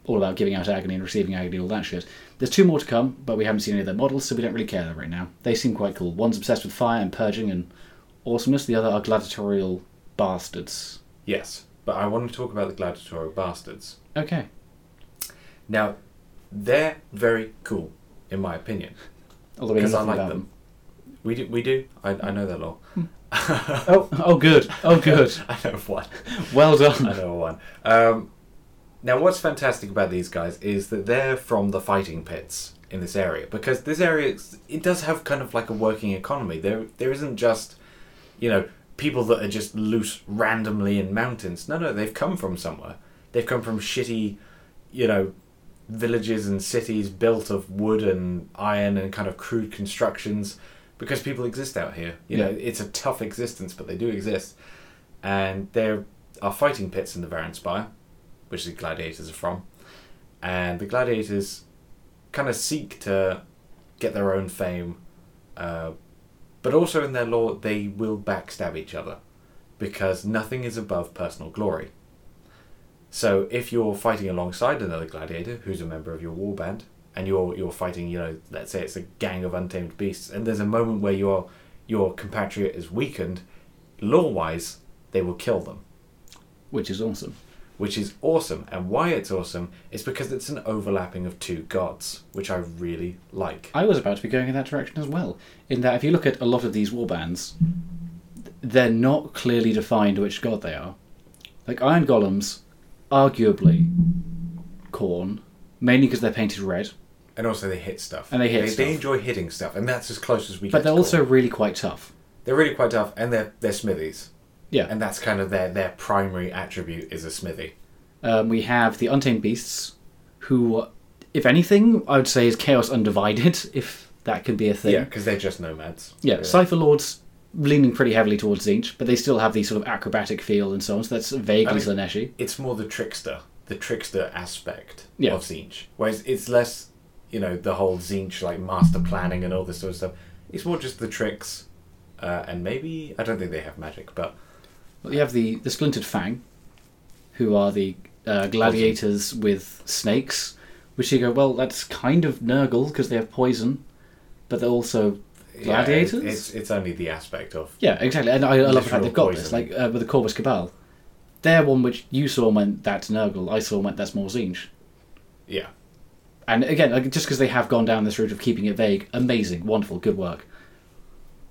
all about giving out agony and receiving agony, all that shit. There's two more to come, but we haven't seen any of their models, so we don't really care right now. They seem quite cool. One's obsessed with fire and purging and awesomeness, the other are gladiatorial bastards.
Yes, but I want to talk about the gladiatorial bastards.
Okay.
Now, they're very cool, in my opinion.
Although we know
'Cause I
nothing
like
about
them. We do, we do. I, I know their law.
them. Oh, oh, good. Oh, good.
I know one.
Well
I
done.
know one. Um, now, what's fantastic about these guys is that they're from the fighting pits in this area because this area it does have kind of like a working economy. There, there isn't just you know people that are just loose randomly in mountains. No, no, they've come from somewhere. They've come from shitty, you know, villages and cities built of wood and iron and kind of crude constructions because people exist out here. You know,
Yeah.
it's a tough existence, but they do exist. And there are fighting pits in the Varan Spire, which the gladiators are from. And the gladiators kind of seek to get their own fame, uh, but also in their lore, they will backstab each other because nothing is above personal glory. So if you're fighting alongside another gladiator who's a member of your war band, and you're you're fighting, you know, let's say it's a gang of untamed beasts, and there's a moment where your your compatriot is weakened, law wise, they will kill them,
Which is awesome.
which is awesome. And why it's awesome is because it's an overlapping of two gods, which I really like.
I was about to be going in that direction as well. In that, if you look at a lot of these warbands, they're not clearly defined which god they are. Like Iron Golems, arguably corn, mainly because they're painted red,
And also they hit stuff.
And they hit
they,
stuff.
They enjoy hitting stuff, and that's as close as we get.
but they're
to
also
call.
really quite tough.
they're really quite tough, and they're they're smithies,
Yeah.
and that's kind of their their primary attribute is a smithy.
Um, we have the Untamed Beasts, who, if anything, I would say is Chaos Undivided, if that can be a thing.
Yeah, because they're just nomads.
Yeah, Cypher Lords leaning pretty heavily towards Zinch, but they still have the sort of acrobatic feel and so on. So that's vaguely
I mean-
Slaneshi.
it's more the trickster, the trickster aspect
Yeah.
of Zinch. Whereas it's less, you know, the whole Zinch like master planning and all this sort of stuff. It's more just the tricks, uh, and maybe I don't think they have magic, but
Well, you have the the splintered fang, who are the uh, gladiators with snakes. Which you go, well, that's kind of Nurgle because they have poison, but they're also
yeah,
gladiators.
it- it's it's only the aspect of
Yeah, exactly. And I, I love the fact
Literal
they've got
poison.
this, like uh, with the Corvus Cabal. They're one which you saw and went, that's Nurgle. I saw and went, that's more Zinj.
yeah.
And again, like, just because they have gone down this route of keeping it vague, amazing, wonderful, good work.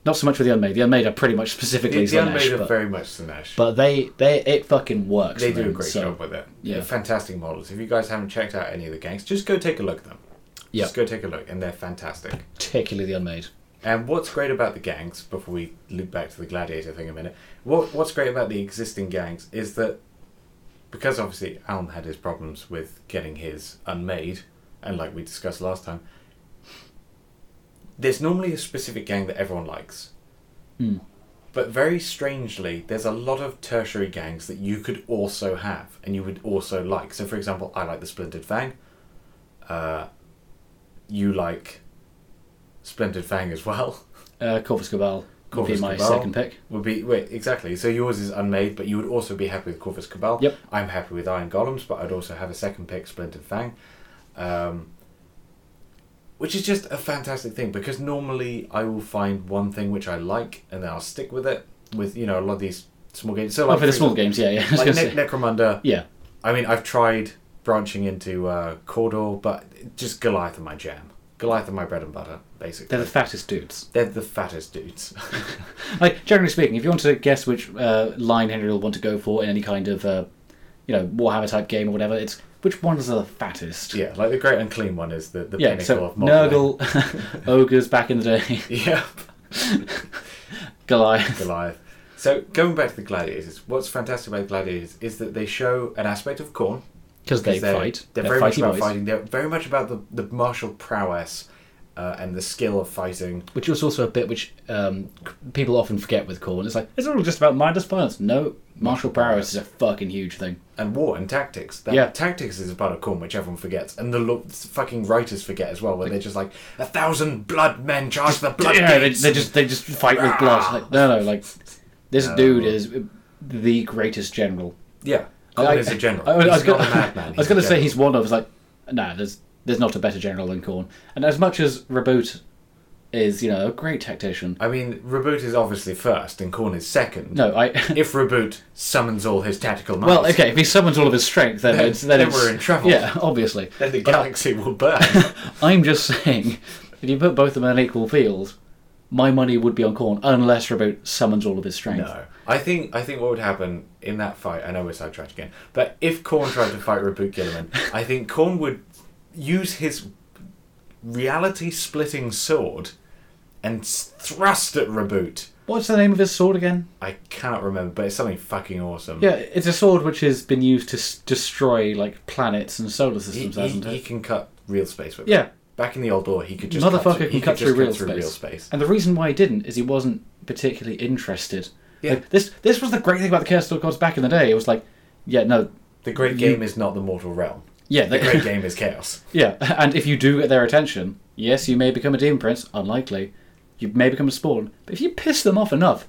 Not so much with the Unmade. The Unmade are pretty much
The,
specifically
the unmade
Slanesh,
are
but,
very much Sinesh.
but they, they it fucking works.
They
for
do a
them,
great
so-
job with it.
yeah.
They're fantastic models. If you guys haven't checked out any of the gangs, just go take a look at them.
Yeah.
Just go take a look, and they're fantastic.
Particularly the Unmade.
And what's great about the gangs, before we loop back to the gladiator thing a minute, what what's great about the existing gangs is that because obviously Alm had his problems with getting his unmade, and like we discussed last time, there's normally a specific gang that everyone likes.
Hmm.
But very strangely, there's a lot of tertiary gangs that you could also have and you would also like. So, for example, I like the Splintered Fang. Uh, you like Splintered Fang as well.
Uh, Corvus Cabal would
Corvus
be my
Cabal.
second pick.
Would be wait exactly. So yours is unmade, but you would also be happy with Corvus Cabal.
Yep.
I'm happy with Iron Golems, but I'd also have a second pick, Splintered Fang, um, which is just a fantastic thing because normally I will find one thing which I like and then I'll stick with it. With you know a lot of these small games. So
Oh,
like
for the
for
small
example,
games, yeah, yeah. I was
like
gonna
ne-
say.
Necromunda.
yeah,
I mean, I've tried branching into uh, Cordor, but just Goliath are my jam. Goliath are my bread and butter, basically.
they're the fattest dudes.
They're the fattest dudes.
Like generally speaking, if you want to guess which uh, line Henry will want to go for in any kind of, uh, you know, Warhammer type game or whatever, it's which ones are the fattest.
Yeah, like the great unclean one is the, the
Yeah,
pinnacle
so
of modeling.
Nurgle, ogres back in the day,
Yeah,
Goliath.
Goliath. So going back to the gladiators, what's fantastic about the gladiators is that they show an aspect of corn.
Because they
they're,
fight.
They're,
They're,
very much
fighty
about
boys.
fighting. They're very much about the, the martial prowess uh, and the skill of fighting.
Which is also a bit which um, c- people often forget with Corn. It's like, it's all just about mindless violence. No, martial prowess is a fucking huge thing.
and war and tactics. That
Yeah.
tactics is a part of Corn, which everyone forgets, and the lo- fucking writers forget as well. Where they're just like a thousand blood men charge the blood.
yeah, they,
gates."
they just they just fight with blood. Like, no, no, like this dude is the greatest general.
yeah. Corn is Oh, a general.
I, I
He's
was gonna,
not a madman.
I was
a
gonna say
general.
he's one of. I was like, nah, there's there's not a better general than Corn. And as much as Reboot is, you know, a great tactician,
I mean, Reboot is obviously first, and Corn is second.
no, I.
If Reboot summons all his tactical minds,
Well, okay, if he summons all of his strength, then,
Then-
it's, then,
then
it's-
we're in trouble.
Yeah, obviously.
then the
But
galaxy will burn.
I'm just saying, if you put both of them on an equal field, my money would be on Corn, unless Reboot summons all of his strength.
no, I think I think what would happen in that fight. I know we're sidetracked again, but if Corn tried to fight Reboot Gilliman, I think Corn would use his reality-splitting sword and s- thrust at Reboot.
What's the name of his sword again?
I cannot remember, but it's something fucking awesome.
Yeah, it's a sword which has been used to s- destroy like planets and solar
he,
systems,
he,
hasn't
he
it?
can cut real space with. it.
Yeah,
Back in the old door, he could just
motherfucker
cut through,
can
he
cut
could just
through, real,
cut through
space.
real space.
And the reason why he didn't is he wasn't particularly interested.
Yeah.
Like, this this was the great thing about the Curse of Gods back in the day. It was like, yeah, no,
The great
You-
game is not the mortal realm.
yeah,
The
they-
great game is chaos.
yeah. And if you do get their attention, yes, you may become a demon prince. Unlikely, you may become a spawn. But if you piss them off enough,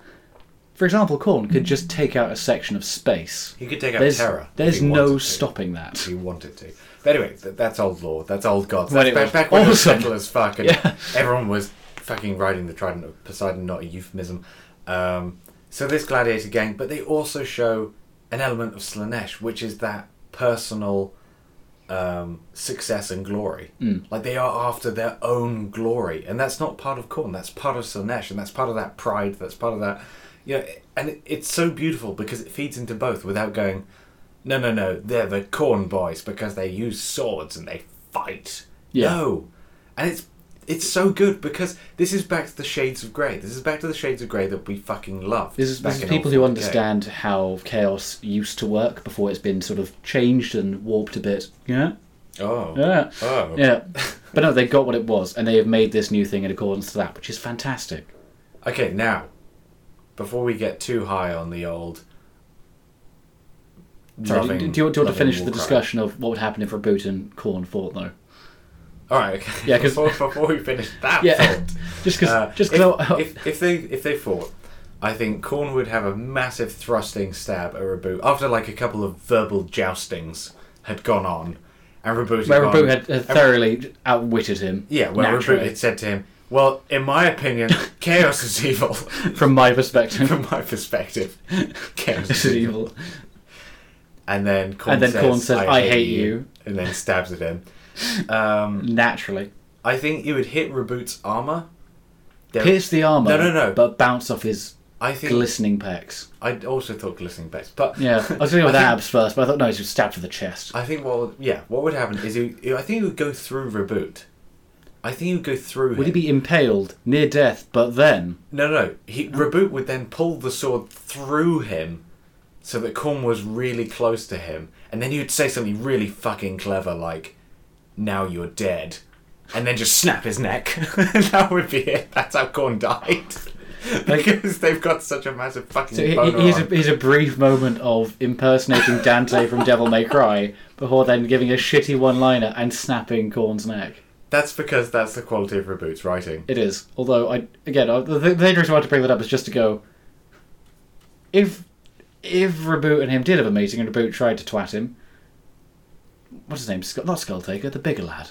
for example, Korn could just take out a section of space.
He could take out
There's
Hmm. Terra. if
there's
he
no
wanted to,
stopping that.
If he wanted to. But anyway, th- that's old law. That's old gods.
When
That's
it
back,
was
back when it was
awesome.
subtle as fuck and
Yeah.
everyone was fucking riding the trident of Poseidon, not a euphemism. Um, so this gladiator gang, but they also show an element of Slanesh, which is that personal um, success and glory.
Mm.
Like they are after their own glory, and that's not part of Korn. That's part of Slanesh, and that's part of that pride. That's part of that, you know. And it, it's so beautiful because it feeds into both without going, no, no, no. They're the Korn boys because they use swords and they fight.
Yeah.
No, and it's it's so good because this is back to the Shades of Grey. This is back to the Shades of Grey that we fucking love.
This is,
back
this is
in
people
Orphan
who
Decay.
understand how chaos used to work before it's been sort of changed and warped a bit. Yeah,
Oh.
yeah,
Oh.
yeah. But no, they got what it was, and they have made this new thing in accordance to that, which is fantastic.
Okay, now before we get too high on the old.
Sorry, do,
loving-
do, you want, do you want
loving
to finish the
Warcry.
discussion of what would happen if Reboot and Corn fought, though?
All right, okay.
Yeah, 'cause-
before, before we finish that
Yeah.
thought,
Just because.
uh,
just
if,
'cause I-
if, if they if they fought, I think Korn would have a massive thrusting stab at Reboot after like a couple of verbal joustings had gone on, and Reboot had
where
gone-
Reboot had, had thoroughly outwitted him.
yeah, where Reboot
naturally,
had said to him, "Well, in my opinion, chaos is evil."
From my perspective,
From my perspective, chaos
this
is
is
evil.
evil.
And then Korn
And then
says,
Korn says, "I hate you."
and then stabs at him. Um,
Naturally.
I think it would hit Reboot's armor. There-
Pierce the armour.
No, no, no.
But bounce off his
I think
glistening pecs.
I also thought glistening base, but
Yeah. I was going to go with
I think-
abs first, but I thought, no, he's just stabbed to the chest.
I think what would- yeah, what would happen is he, I think he would go through Reboot. I think he would go through.
Would he
him.
be impaled, near death, but then.
No, no, no. He, Reboot would then pull the sword through him, so that Korn was really close to him, and then he would say something really fucking clever like, "Now you're dead," and then just snap his neck. that would be it. That's how Korn died.
Like-
because they've got such a massive fucking.
So he,
boner
he- he's,
on.
a, he's a brief moment of impersonating Dante from Devil May Cry before then giving a shitty one liner and snapping Corn's neck.
That's because that's the quality of Reboot's writing.
It is. Although, I again, I, the, the only reason I wanted to bring that up is just to go. If if Reboot and him did have a meeting and Reboot tried to twat him, what's his name? Sc- not Skulltaker, the bigger lad.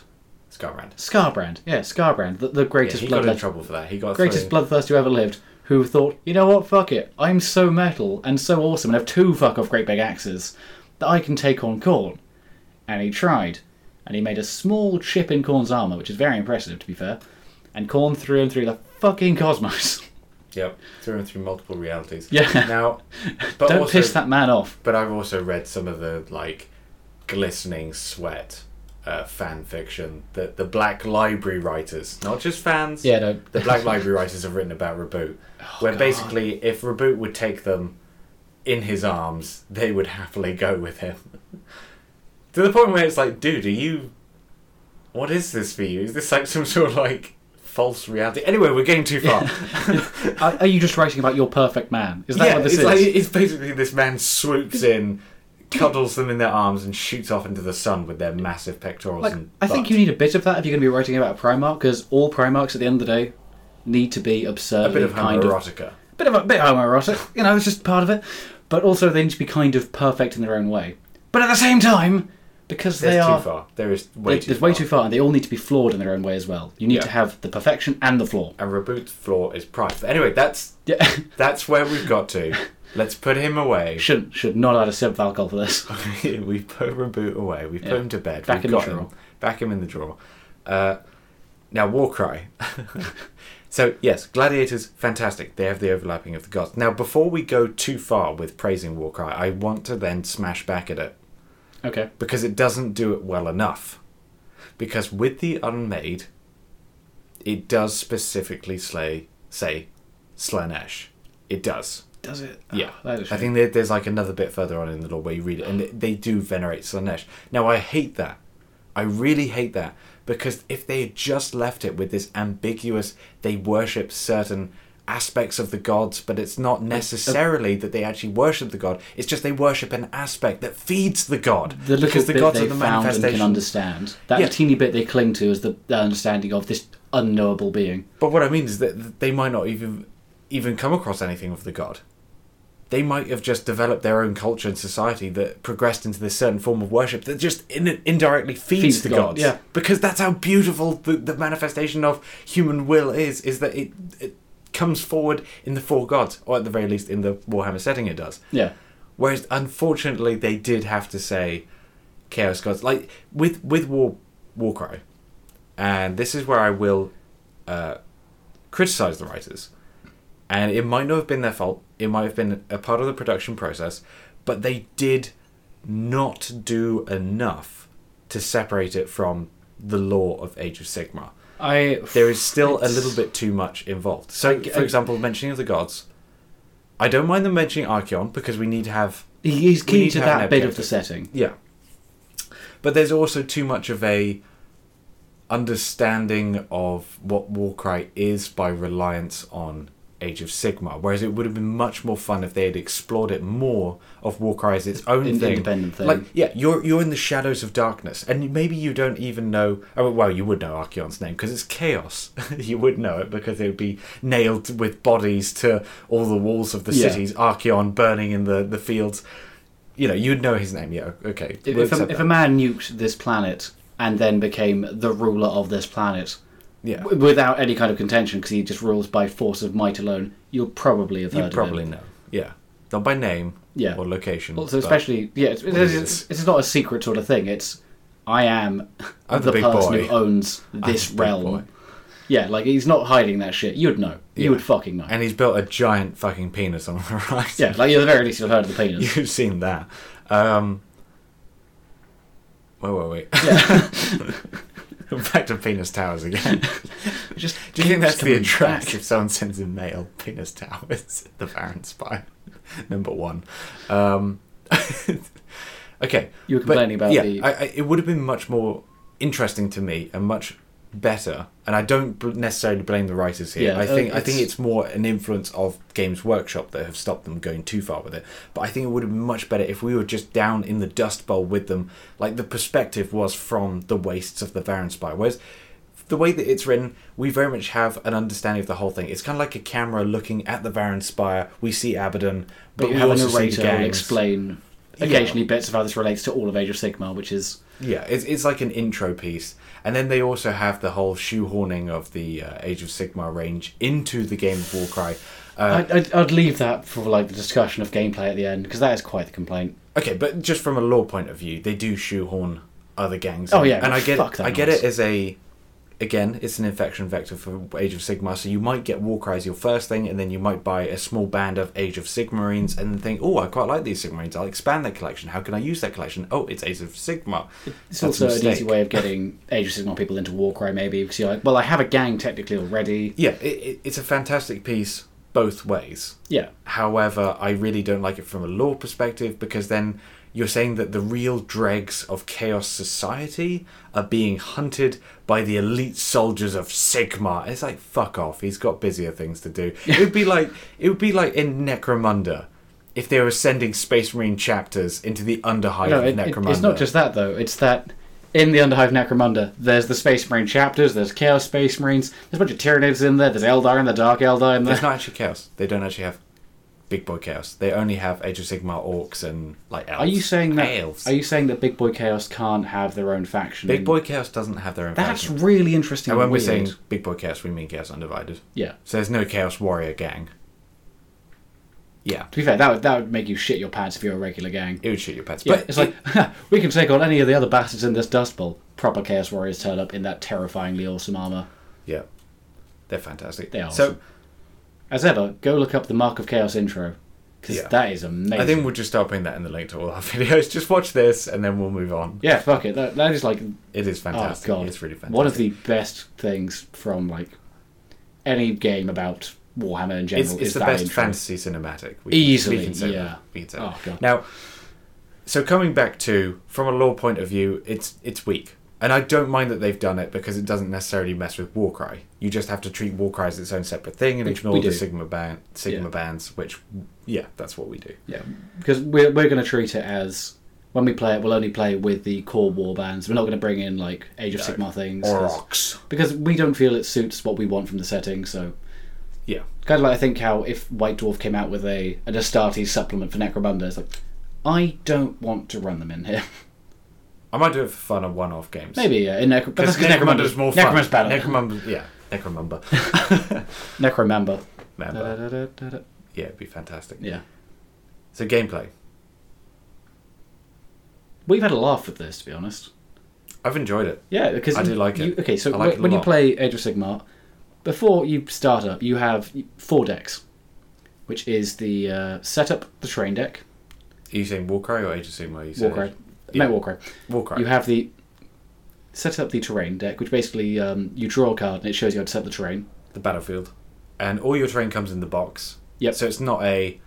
Scott Rand.
Scarbrand. Yeah, Scarbrand, the, the
Yeah,
greatest
he got in
bloodlet-
trouble for that. He got
greatest
thrown-
bloodthirst who ever lived, who thought, you know what, fuck it, I'm so metal and so awesome and have two fuck off great big axes that I can take on Korn. And he tried, and he made a small chip in Korn's armor, which is very impressive to be fair. And Korn threw him through the fucking cosmos.
Yep, through and through multiple realities.
Yeah.
Now, but
Don't
also,
piss that man off.
But I've also read some of the like glistening sweat uh, fan fiction that the Black Library writers, not just fans,
Yeah, no.
the Black Library writers have written about Reboot, where
God.
basically if Reboot would take them in his arms, they would happily go with him. to the point where it's like, dude, are you? What is this for you? Is this like some sort of like false reality? Anyway, we're getting too far.
Are, are you just writing about your perfect man? Is that
yeah,
what this
it's
is?
like it's basically this man swoops in, cuddles them in their arms, and shoots off into the sun with their massive pectorals.
Like,
and
I think
butt.
you need a bit of that if you're going to be writing about a Primarch, because all Primarchs at the end of the day need to be
a
absurdly
bit of
kind of
homoerotica.
bit of a bit homoerotic, you know, it's just part of it. But also, they need to be kind of perfect in their own way. But at the same time, because
There's
they
too
are,
far. There is way
they-
too.
there's
far.
way too far, and they all need to be flawed in their own way as well. You need
Yeah.
to have the perfection and the flaw.
And Reboot's floor is pride. But anyway, that's
Yeah,
that's where we've got to. Let's put him away.
should should not add a sip of alcohol for this.
we put Reboot away. We put
Yeah.
him to bed.
Back
We've
in the
got him.
drawer.
Back him in the drawer. Uh, now, Warcry. so, yes, Gladiators, fantastic. They have the overlapping of the gods. Now, before we go too far with praising Warcry, I want to then smash back at it
Okay,
because it doesn't do it well enough. Because with the Unmade, it does specifically slay, say Slanesh. It Ah, does.
does it?
Yeah,
Oh, that is
I think there, there's like another bit further on in the law where you read it, and they, they do venerate Slanesh. Now, I hate that. I really hate that because if they had just left it with this ambiguous, they worship certain aspects of the gods, but it's
Uh,
not necessarily that they actually worship the god. It's just they worship an aspect that feeds the god.
the little
because the
bit
gods
they
are the
found and can
manifestation.
understand. That
Yeah.
teeny bit they cling to is the, the understanding of this unknowable being.
But what I mean is that they might not even even come across anything of the god. They might have just developed their own culture and society that progressed into this certain form of worship that just in, indirectly feeds,
Feeds
the
God,
gods.
yeah.
Because that's how beautiful the, the manifestation of human will is, is that it, it comes forward in the four gods, or at the very least in the Warhammer setting it does.
Yeah,
Whereas, unfortunately, they did have to say Chaos Gods. Like, with, with War, Warcry, and this is where I will uh, criticize the writers. And it might not have been their fault, it might have been a part of the production process, but they did not do enough to separate it from the law of Age of Sigma.
I
There is still
It's-
a little bit too much involved. So,
I-
for
I-
example, mentioning of the gods. I don't mind them mentioning Archeon because we need to have
he- he's
We
key
need
to
to have an
that bit of
objective.
the setting.
yeah. But there's also too much of a understanding of what Warcry is by reliance on Age of Sigmar. Whereas it would have been much more fun if they had explored it more of Warcry as its own
An
thing.
independent thing.
Like, yeah, you're you're in the shadows of darkness, and maybe you don't even know. Oh, well, you would know Archeon's name because it's Chaos. you would know it because it would be nailed with bodies to all the walls of the
Yeah.
cities. Archeon burning in the the fields. You know, you'd know his name. Yeah, okay.
If,
we'll
if, a,
accept
if
that.
a man nuked this planet and then became the ruler of this planet
yeah,
w- without any kind of contention, because he just rules by force of might alone, you'll probably have heard
you
of
probably
him.
know. Yeah, not by name.
Yeah.
or location.
Also,
but
especially yeah, it's, it's,
is
it's, it's not a secret sort of thing. It's I am
I'm
the,
the big
person
boy.
who owns
I'm
this
a big boy.
realm. Yeah, like he's not hiding that shit. You'd know.
Yeah.
You would fucking know.
And he's built a giant fucking penis on the right.
yeah, like you're the very least you've heard of the penis.
You've seen that. Um, where were we? Back to penis towers again.
Just
Do you
keeps
think that's the
coming
address
back.
if someone sends in mail? Penis towers, the Baron Spy, number one. Um, okay,
You were complaining about
yeah,
the
I, I, it would have been much more interesting to me and much better. And I don't bl- necessarily blame the writers here.
Yeah,
I
uh,
think I think
it's-
oh, it's more an influence of Games Workshop that have stopped them going too far with it. But I think it would have been much better if we were just down in the dust bowl with them. Like the perspective was from the wastes of the Varenspy. Whereas the way that it's written, we very much have an understanding of the whole thing. It's kind of like a camera looking at the Varen Spire. We see Abaddon,
but
but,
you
we
have a
also see
narrator
the
who will
gangs.
explain
Yeah.
occasionally bits of how this relates to all of Age of Sigma, which is
Yeah, it's, it's like an intro piece. And then they also have the whole shoehorning of the uh, Age of Sigmar range into the game of Warcry. Uh,
I'd, I'd, I'd leave that for like the discussion of gameplay at the end because that is quite the complaint.
okay, but just from a lore point of view, they do shoehorn other gangs.
Oh,
in.
yeah,
and I get
fuck that
I get
noise.
it as a again, it's an infection vector for Age of Sigmar. So you might get Warcry as your first thing, and then you might buy a small band of Age of Sigmarines, and then think, oh, I quite like these Sigmarines. I'll expand that collection. How can I use that collection? Oh, it's Age of Sigmar.
It's
That's a
also an easy
mistake.
way of getting Age of Sigma people into Warcry, maybe because you're like, well, I have a gang technically already.
Yeah, it, it, it's a fantastic piece both ways.
Yeah,
However, I really don't like it from a law perspective because then you're saying that the real dregs of chaos society are being hunted by the elite soldiers of Sigma. It's like fuck off. He's got busier things to do. It would be like it would be like in Necromunda if they were sending Space Marine chapters into the underhive
no,
of
it, it-
Necromunda.
it's not just that though. It's that in the Underhive Necromunda, there's the Space Marine chapters, there's Chaos Space Marines, there's a bunch of Tyranids in there, there's Eldar in the Dark Eldar in
There's
there.
not actually chaos. They don't actually have big boy chaos. They only have Age of Sigma orcs and like elves.
Are you saying that?
Elves.
Are you saying that Big Boy Chaos can't have their own faction?
Big Boy Chaos doesn't have their own.
That's
faction.
really interesting.
And when
and
we're
weird.
saying Big Boy Chaos, we mean Chaos Undivided.
yeah.
So there's no Chaos Warrior gang. Yeah,
To be fair, that would, that would make you shit your pants if you're a regular gang.
it would shoot your pets.
Yeah,
but
it's like we can take on any of the other bastards in this dust bowl. Proper Chaos Warriors turn up in that terrifyingly awesome armor.
yeah, they're fantastic.
They are
So
awesome. As ever, go look up the Mark of Chaos intro because
Yeah.
that is amazing.
I think we'll just start putting that in the link to all our videos. Just watch this, and then we'll move on.
yeah, fuck it. That, that is like
It is fantastic.
Oh god,
It's really fantastic.
One of the best things from like any game about Warhammer in general
it's,
is
it's the
that
best
intro.
fantasy cinematic. We
Easily,
we can say
yeah.
that. We can say that.
Oh, God.
Now, so coming back to from a law point of view, it's it's weak, and I don't mind that they've done it because it doesn't necessarily mess with Warcry. You just have to treat Warcry as its own separate thing and
Which
ignore
we
the
do.
Sigma ban Sigma
Yeah.
bands, which yeah, that's what we do.
Yeah, because we're we're going to treat it as when we play it, we'll only play with the core war bands. We're not going to bring in like Age of Sigmar things 'cause-
Aurochs.
because we don't feel it suits what we want from the setting. So
Yeah.
kind of like I think how if White Dwarf came out with a an Astartes supplement for Necromunda, it's like I don't want to run them in here.
I might do it for fun on one-off games.
Maybe yeah, in Necro- but that's
Because
because
Necromunda's more fun.
Necromunda's better.
Necromunda, yeah. Necromumba.
Necromember.
Remember.
Da-da-da-da-da.
Yeah, it'd be fantastic.
Yeah.
So gameplay.
We've had a laugh with this, to be honest.
I've enjoyed it.
Yeah, because
I
you,
do like it.
you- okay, so
I like
wh-
it a
when you
lot.
play Age of Sigmar, before you start up, you have four decks, which is the uh, setup, the train deck,
Are you saying Warcry or Age of Sigmar? You said
Warcry,
yeah.
Met Warcry.
Warcry.
You have the set up the terrain deck, which basically um, you draw a card and it shows you how to set the terrain.
the battlefield, and all your terrain comes in the box.
Yep.
So it's not a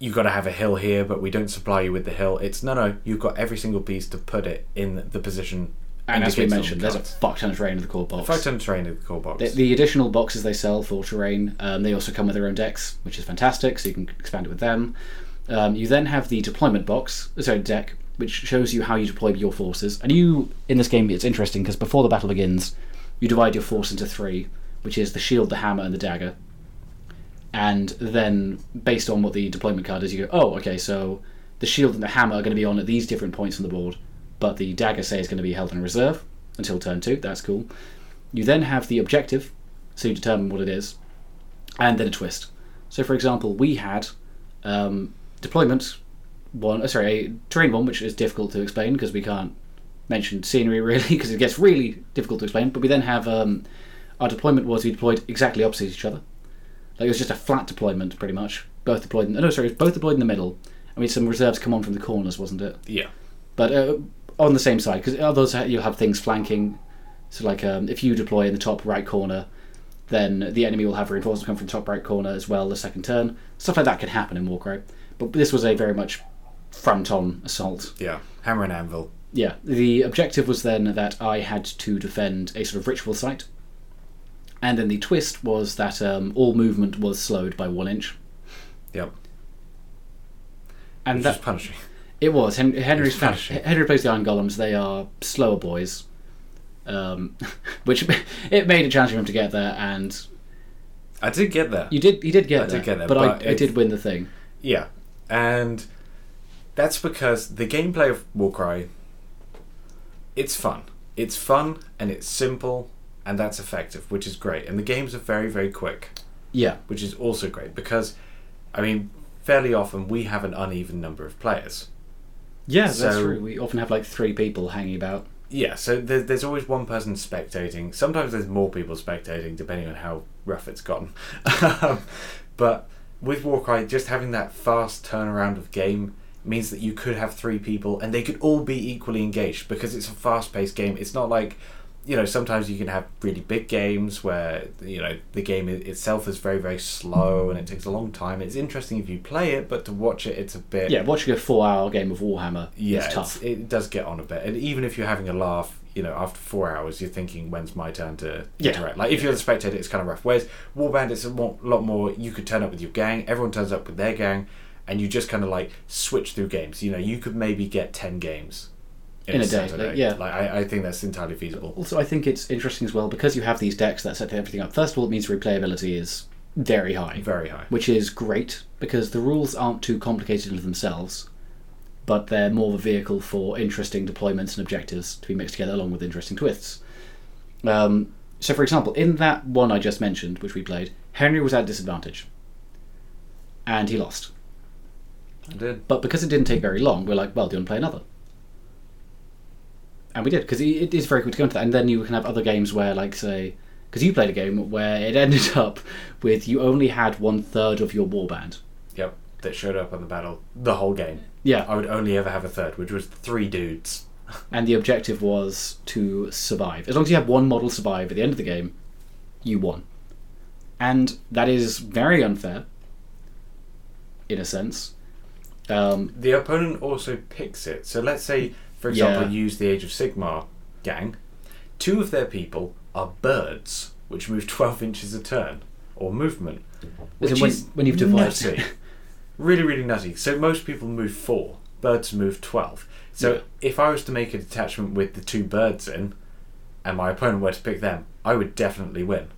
you got to have a hill here, but we don't supply you with the hill. It's no, no. You've got every single piece to put it in the position
And as we
Indicates all
mentioned,
the
there's a
cards.
fuck ton of terrain in the core box.
If I turn terrain into the core box,
The, the additional boxes they sell for terrain, um, they also come with their own decks, which is fantastic, so you can expand it with them. Um, you then have the deployment box, sorry, deck, which shows you how you deploy your forces. And you, in this game, it's interesting because before the battle begins, you divide your force into three, which is the shield, the hammer, and the dagger. And then, based on what the deployment card is, you go, oh, okay, so the shield and the hammer are going to be on at these different points on the board, but the dagger, say, is going to be held in reserve until turn two. That's cool. You then have the objective, so you determine what it is, and then a twist. So, for example, we had um, deployment one, oh, sorry, a terrain one, which is difficult to explain because we can't mention scenery really because it gets really difficult to explain. But we then have um, our deployment was we deployed exactly opposite each other. Like it was just a flat deployment, pretty much. Both deployed. In, oh no, sorry, it was both deployed in the middle, and we had some reserves come on from the corners, wasn't it?
yeah,
but uh, on the same side because others you have things flanking. So like um, if you deploy in the top right corner, then the enemy will have reinforcements come from the top right corner as well the second turn. Stuff like that can happen in Warcry, but this was a very much front on assault.
yeah, hammer and anvil.
Yeah, the objective was then that I had to defend a sort of ritual site, and then the twist was that um, all movement was slowed by one inch,
Yep,
and
which
that
is punishing.
It was Hen- Henry's
It's fascinating.
Henry plays the Iron Golems. They are slower boys, um, which it made it challenging for him to get there. And
I did get that.
you did, he did get
I did
there.
get there,
but,
but
I, I
it-
did win the thing.
Yeah, and that's because the gameplay of Warcry, it's fun. It's fun and it's simple and that's effective, which is great. And the games are very very quick,
Yeah,
which is also great because, I mean, fairly often we have an uneven number of players.
yeah, that's
So-
true. We often have like three people hanging about.
Yeah, so there, there's always one person spectating. Sometimes there's more people spectating, depending on how rough it's gotten. um, but with Warcry, just having that fast turnaround of game means that you could have three people and they could all be equally engaged because it's a fast paced game. It's not like, you know, sometimes you can have really big games where, you know, the game i- itself is very, very slow and it takes a long time. It's interesting if you play it, but to watch it, it's a bit
Yeah, watching a four-hour game of Warhammer
yeah,
is
it's
tough.
it does get on a bit, and even if you're having a laugh, you know, after four hours, you're thinking, "When's my turn to
Yeah.
interact?" Like if you're the spectator, it's kind of rough. Whereas Warband, it's a mo- lot more. You could turn up with your gang. Everyone turns up with their gang, and you just kind of like switch through games. You know, you could maybe get ten games
In a day, like, yeah.
like I, I think that's entirely feasible.
Also, I think it's interesting as well because you have these decks that set everything up. First of all, it means replayability is very high.
Very high.
which is great because the rules aren't too complicated in themselves, but they're more of a vehicle for interesting deployments and objectives to be mixed together along with interesting twists. Um, so, for example, in that one I just mentioned, which we played, Henry was at disadvantage, and he lost.
I did.
But because it didn't take very long, we're like, well, do you want to play another? And we did because it is very quick to go into that. And then you can have other games where, like, say, because you played a game where it ended up with you only had one third of your warband.
Yep, that showed up on the battle the whole game.
Yeah, uh,
I would only ever have a third, which was three dudes.
and the objective was to survive. As long as you have one model survive at the end of the game, you won. And that is very unfair, in a sense. Um,
the opponent also picks it. So let's say, for example,
Yeah.
you use the Age of Sigmar gang. Two of their people are birds, which move 12 inches a turn, or movement.
As in
Which
when-
is
when you've divided.
nutty. really, really nutty. So most people move four, birds move 12. So
Yeah.
if I was to make a detachment with the two birds in, and my opponent were to pick them, I would definitely win.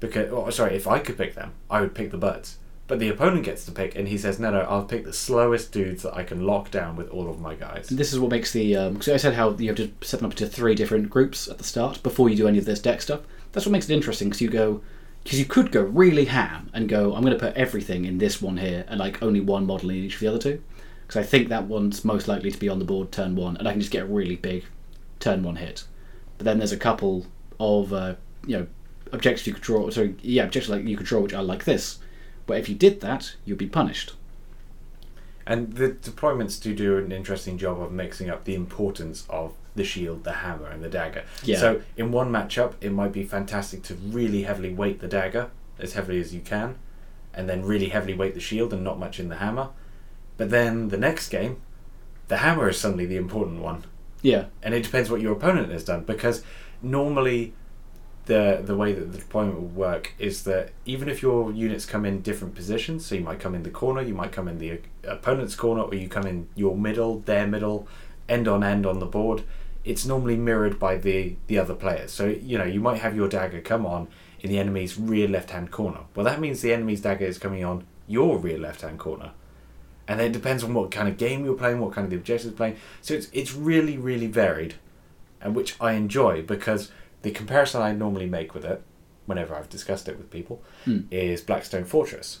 Because, oh, sorry, if I could pick them, I would pick the birds. But the opponent gets to pick, and he says, "No, no, I'll pick the slowest dudes that I can lock down with all of my guys."
This is what makes the. Um, so I said how you have to set them up into three different groups at the start before you do any of this deck stuff. That's what makes it interesting because you go. Because you could go really ham and go, I'm going to put everything in this one here and like only one model in each of the other two. Because I think that one's most likely to be on the board turn one and I can just get a really big turn one hit. But then there's a couple of, uh, you know, objectives you could draw. Sorry, yeah, objectives like you could draw which are like this. But if you did that, you'd be punished.
And the deployments do do an interesting job of mixing up the importance of the shield, the hammer, and the dagger.
Yeah.
So in one matchup, it might be fantastic to really heavily weight the dagger as heavily as you can, and then really heavily weight the shield and not much in the hammer. But then the next game, the hammer is suddenly the important one.
Yeah.
and it depends what your opponent has done because normally the the way that the deployment will work is that even if your units come in different positions so you might come in the corner you might come in the opponent's corner or you come in your middle their middle end on end on the board it's normally mirrored by the the other players so you know you might have your dagger come on in the enemy's rear left hand corner well that means the enemy's dagger is coming on your rear left hand corner and then it depends on what kind of game you're playing, what kind of the objectives playing. So it's it's really really varied, and which I enjoy because the comparison I normally make with it, whenever I've discussed it with people,
Hmm.
is Blackstone Fortress,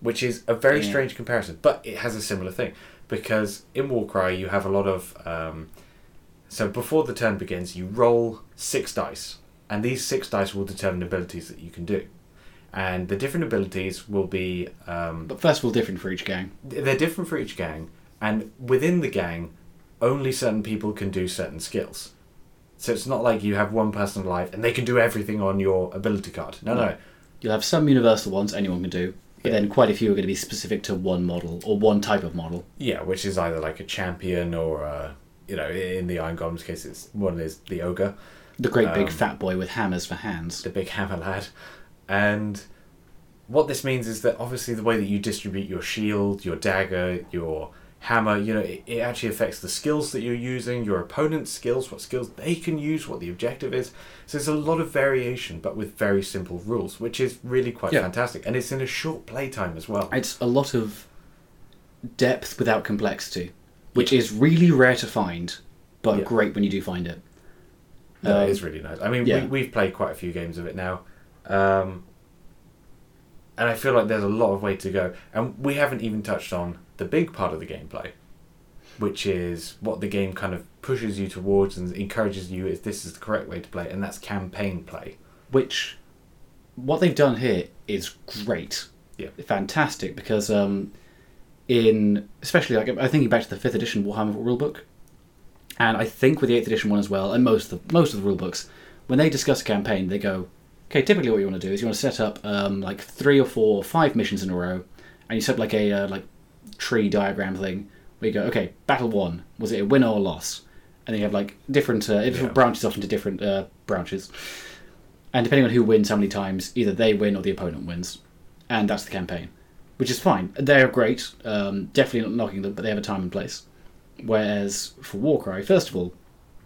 which is a very
Yeah.
strange comparison, but it has a similar thing because in Warcry you have a lot of um, so before the turn begins you roll six dice, and these six dice will determine abilities that you can do. And the different abilities will be um,
But first of all, different for each gang.
they're different for each gang, and within the gang, only certain people can do certain skills. So it's not like you have one person alive and they can do everything on your ability card. No, no.
You'll have some universal ones anyone can do, but
Yeah.
then quite a few are going to be specific to one model or one type of model.
Yeah, which is either like a champion or, a, you know, in the Iron Golem's case, it's one is the ogre,
The great
Um,
big fat boy with hammers for hands.
the big hammer lad, and what this means is that obviously the way that you distribute your shield, your dagger, your hammer, you know, it, it actually affects the skills that you're using, your opponent's skills, what skills they can use, what the objective is. So there's a lot of variation, but with very simple rules, which is really quite
Yeah.
fantastic. And it's in a short playtime as well.
It's a lot of depth without complexity, which is really rare to find, but
Yeah.
great when you do find it.
No,
Um,
it is really nice. I mean,
yeah.
we, we've played quite a few games of it now. Um, and I feel like there's a lot of way to go. And we haven't even touched on the big part of the gameplay, which is what the game kind of pushes you towards and encourages you is this is the correct way to play, and that's campaign play.
which what they've done here is great.
Yeah.
Fantastic because um, in especially like I'm thinking back to the fifth edition Warhammer rulebook, and I think with the eighth edition one as well, and most of the, most of the rulebooks, when they discuss a campaign, they go, okay, typically what you want to do is you want to set up um, like three or four, or five missions in a row, and you set up like a uh, like tree diagram thing where you go, okay, battle one was it a win or a loss, and then you have like different uh, different
Yeah.
branches off into different uh, branches. And depending on who wins how many times, either they win or the opponent wins. And that's the campaign, which is fine. They're great. Um, definitely not knocking them, but they have a time and place. Whereas for Warcry, first of all,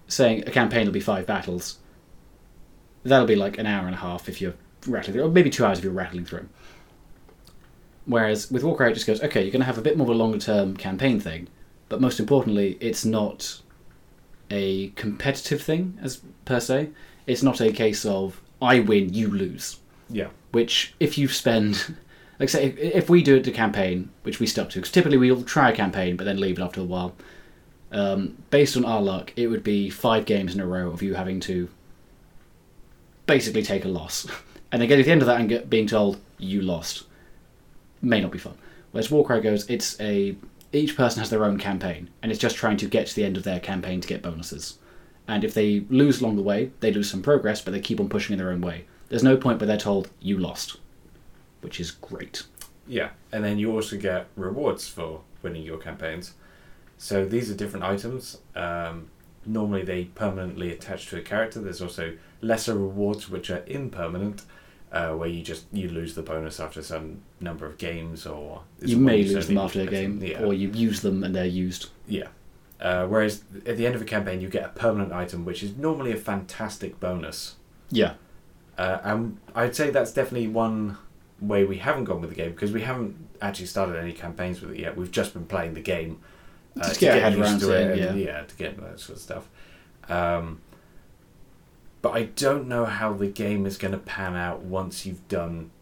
saying a campaign will be five battles, that'll be like an hour and a half if you're rattling through, or maybe two hours if you're rattling through. 'em. Whereas with Warcry, it just goes, okay, you're going to have a bit more of a longer term campaign thing, but most importantly, it's not a competitive thing as per se. It's not a case of I win, you lose.
Yeah.
Which if you spend, like say, if, if we do it to campaign, which we stuck to, because typically we'll try a campaign but then leave it after a while. Um, based on our luck, it would be five games in a row of you having to basically take a loss, and then getting to the end of that and get, being told you lost may not be fun. Whereas Warcry goes, it's a each person has their own campaign, and it's just trying to get to the end of their campaign to get bonuses. And if they lose along the way, they lose some progress, but they keep on pushing in their own way. There's no point where they're told you lost, which is great.
Yeah. And then you also get rewards for winning your campaigns. So these are different items. Um, normally they permanently attach to a character. There's also lesser rewards which are impermanent, uh, where you just you lose the bonus after some number of games or it's
you
a
may
one-use
lose them
only
after a game,
person. Yeah.
or you use them and they're used.
Yeah. Uh, whereas at the end of a campaign, you get a permanent item, which is normally a fantastic bonus.
Yeah,
Uh, and I'd say that's definitely one way we haven't gone with the game because we haven't actually started any campaigns with it yet. We've just been playing the game uh,
Just get our head around it,
and, yeah. to get that sort of stuff. Um, but I don't know how the game is going to pan out once you've done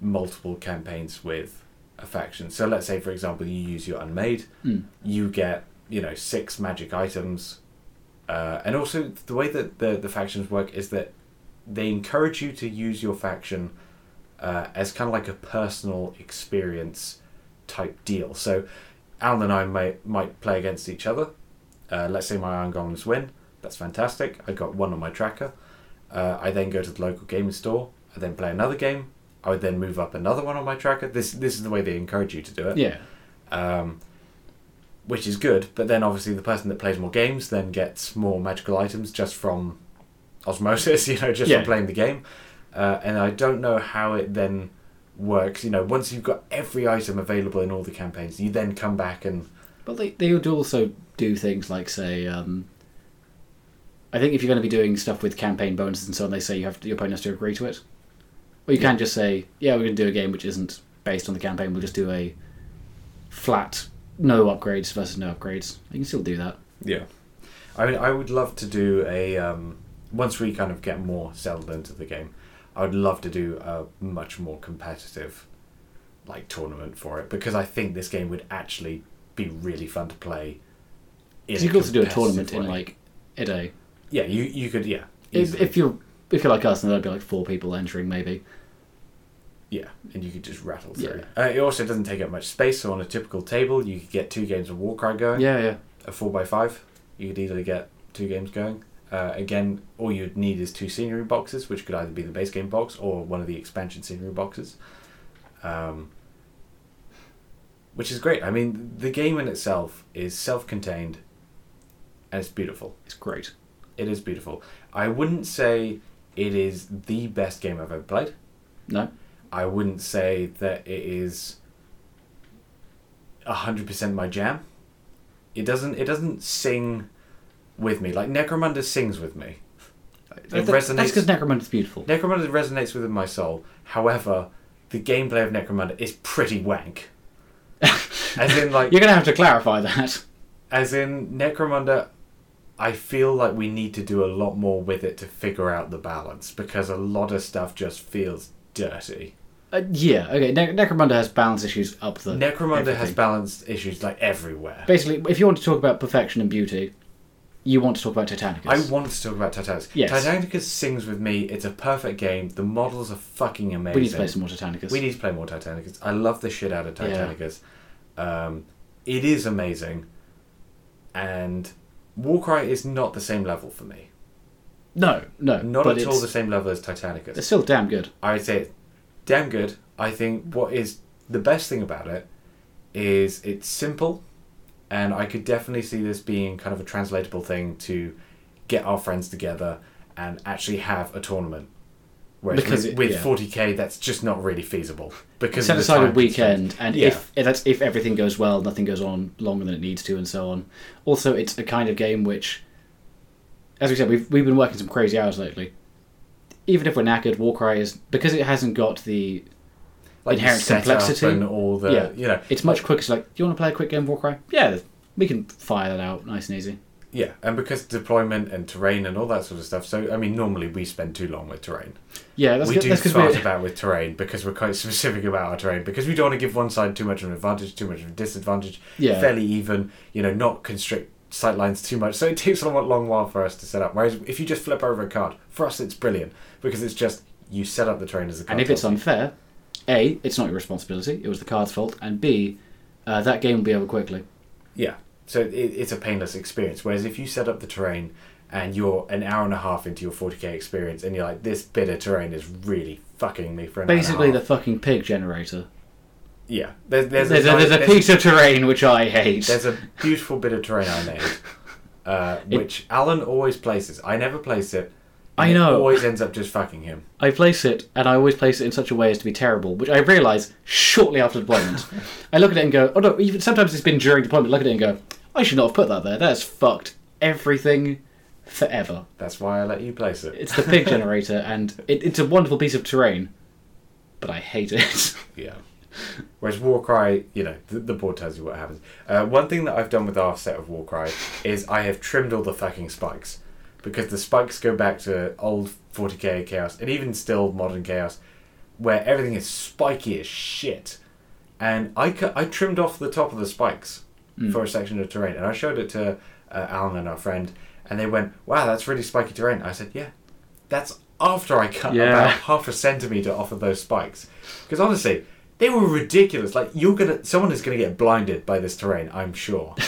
multiple campaigns with a faction. So let's say, for example, you use your Unmade,
Mm.
you get you know six magic items, uh, and also the way that the the factions work is that they encourage you to use your faction uh, as kind of like a personal experience type deal. So Alan and I might might play against each other. Uh, let's say my Iron Golems win. That's fantastic. I got one on my tracker. Uh, I then go to the local gaming store. I then play another game. I would then move up another one on my tracker. This this is the way they encourage you to do it
yeah.
um, which is good. But then obviously the person that plays more games then gets more magical items just from osmosis, you know, just
Yeah.
from playing the game. Uh, and I don't know how it then works. You know, once you've got every item available in all the campaigns, you then come back and
But they they would also do things like say, um, I think if you're going to be doing stuff with campaign bonuses and so on, they say you have to, your opponent has to agree to it. Or you can just say, yeah, we're going to do a game which isn't based on the campaign. We'll just do a flat no upgrades versus no upgrades. You can still do that.
yeah. I mean, I would love to do a um, once we kind of get more settled into the game. I would love to do a much more competitive like tournament for it because I think this game would actually be really fun to play. in
So
a
you could also do a
competitive
tournament in
way.
like a day.
yeah, you you could yeah
If,
easily.
if you're if you're like us, then there'd be like four people entering maybe.
Yeah, and you could just rattle
Yeah.
through. Uh, it also doesn't take up much space, so on a typical table, you could get two games of Warcry going.
Yeah, yeah.
A 4x5, you could easily get two games going. Uh, again, all you'd need is two scenery boxes, which could either be the base game box or one of the expansion scenery boxes. Um, which is great. I mean, the game in itself is self contained and it's beautiful.
It's great.
It is beautiful. I wouldn't say it is the best game I've ever played.
No?
I wouldn't say that it is hundred percent my jam. It doesn't. It doesn't sing with me like Necromunda sings with me. It
That- That's because
resonates.
Necromancer's beautiful.
Necromunda resonates within my soul. However, the gameplay of Necromunda is pretty wank. as in, like,
You're going to have to clarify that.
as in Necromunda, I feel like we need to do a lot more with it to figure out the balance because a lot of stuff just feels dirty.
Uh, yeah, okay. Ne- Necromunda has balance issues up the.
Necromunda has
everything.
balance issues like everywhere.
Basically, if you want to talk about perfection and beauty, you want to talk about Titanicus.
I want to talk about Titanicus.
Yes.
Titanicus sings with me. It's a perfect game. The models are fucking amazing.
we need to play some more Titanicus.
We need to play more Titanicus. I love the shit out of
Yeah.
Titanicus. Um, it is amazing, and Warcry is not the same level for me.
no, no.
Not
but
at all
it's,
the same level as Titanicus.
It's still damn good.
I would say it's damn good. I think what is the best thing about it is it's simple, and I could definitely see this being kind of a translatable thing to get our friends together and actually have a tournament. Whereas
Because
with,
it-
with
yeah.
40k, that's just not really feasible. Because
Set
of the
aside a
time constraints.
weekend, and
Yeah.
if, if that's if everything goes well, nothing goes on longer than it needs to, and so on. Also, it's a kind of game which, as we said, we've we've been working some crazy hours lately. Even if we're knackered, Warcry is because it hasn't got the.
like
inherent
set up
complexity.
and all the
yeah,
you know
it's much quicker. It's like, do you want to play a quick game of Warcry? Yeah, we can fire that out nice and easy.
yeah, and because deployment and terrain and all that sort of stuff. So I mean, normally we spend too long with terrain.
Yeah, that's
we
good.
do
that's because
fart
we're
about with terrain because we're quite specific about our terrain because we don't want to give one side too much of an advantage, too much of a disadvantage.
Yeah.
Fairly even, you know, not constrict sight lines too much. So it takes a lot- long while for us to set up. Whereas if you just flip over a card, for us it's brilliant because it's just you set up the terrain as a card.
And if it's
tells
unfair, A, it's not your responsibility, it was the card's fault, and B, uh, that game will be over quickly.
you. yeah, so it, it's a painless experience. Whereas if you set up the terrain and you're an hour and a half into your 40k experience and you're like, this bit of terrain is really fucking me for an
Basically,
hour and
the
a half.
fucking pig generator.
yeah, there's there's,
There's, a,
nice-
there's a piece of terrain which I hate.
There's a beautiful bit of terrain I made, uh, which Alan always places. I never place it. and
I know.
It always ends up just fucking him.
I place it, and I always place it in such a way as to be terrible, which I realise shortly after deployment. I look at it and go, oh no, even sometimes it's been during deployment, look at it and go, I should not have put that there. That has fucked everything forever.
That's why I let you place it.
It's the pig generator, and it, it's a wonderful piece of terrain, but I hate it.
Yeah. Whereas Warcry, you know, the, the board tells you what happens. Uh, one thing that I've done with our set of Warcry is I have trimmed all the fucking spikes. Because the spikes go back to old 40k Chaos, and even still modern Chaos, where everything is spiky as shit. And I, cu- I trimmed off the top of the spikes
Hmm.
for a section of terrain, and I showed it to uh, Alan and our friend, and they went, wow, that's really spiky terrain. I said, yeah, that's after I cut
Yeah.
about half a centimeter off of those spikes. Because honestly, they were ridiculous. Like you're gonna, someone is gonna get blinded by this terrain. I'm sure.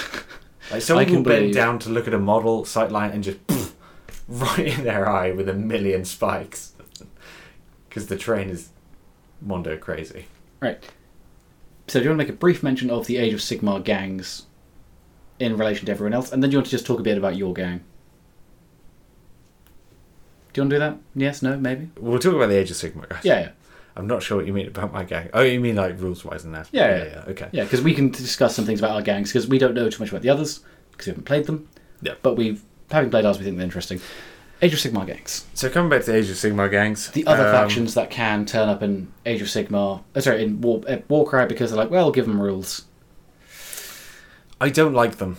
Like someone
can
will bend
believe-
down to look at a model sightline and just pff, right in their eye with a million spikes. Because the terrain is mondo crazy.
Right. So, do you want to make a brief mention of the Age of Sigmar gangs in relation to everyone else, and then you want to just talk a bit about your gang. Do you want to do that? Yes, no, maybe?
We'll talk about the Age of Sigma. guys.
Yeah, yeah.
I'm not sure what you mean about my gang. Oh, you mean like rules wise and that?
Yeah,
yeah,
yeah.
Okay.
Yeah, because we can discuss some things about our gangs because we don't know too much about the others because we haven't played them.
Yeah.
But we've having played ours, we think they're interesting. Age of Sigmar gangs,
So coming back to Age of Sigma gangs,
the other
um,
factions that can turn up in Age of Sigmar, uh, sorry, in War uh, Warcry because they're like, well, give them rules.
I don't like them.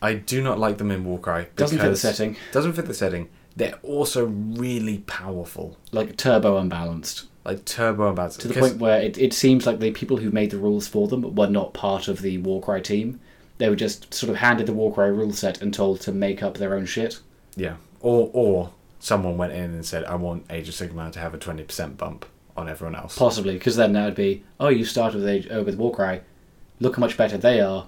I do not like them in Warcry.
Doesn't fit the
because-
setting.
Doesn't fit the setting. They're also really powerful,
Like turbo unbalanced
like turbo and bad.
to the point where it, it seems like the people who made the rules for them were not part of the Warcry team. They were just sort of handed the Warcry rule set and told to make up their own shit.
Yeah. Or or someone went in and said, I want Age of Sigmar to have a twenty percent bump on everyone else.
Possibly, because then that would be, oh, you started with Age, uh, with Warcry. Look how much better they are.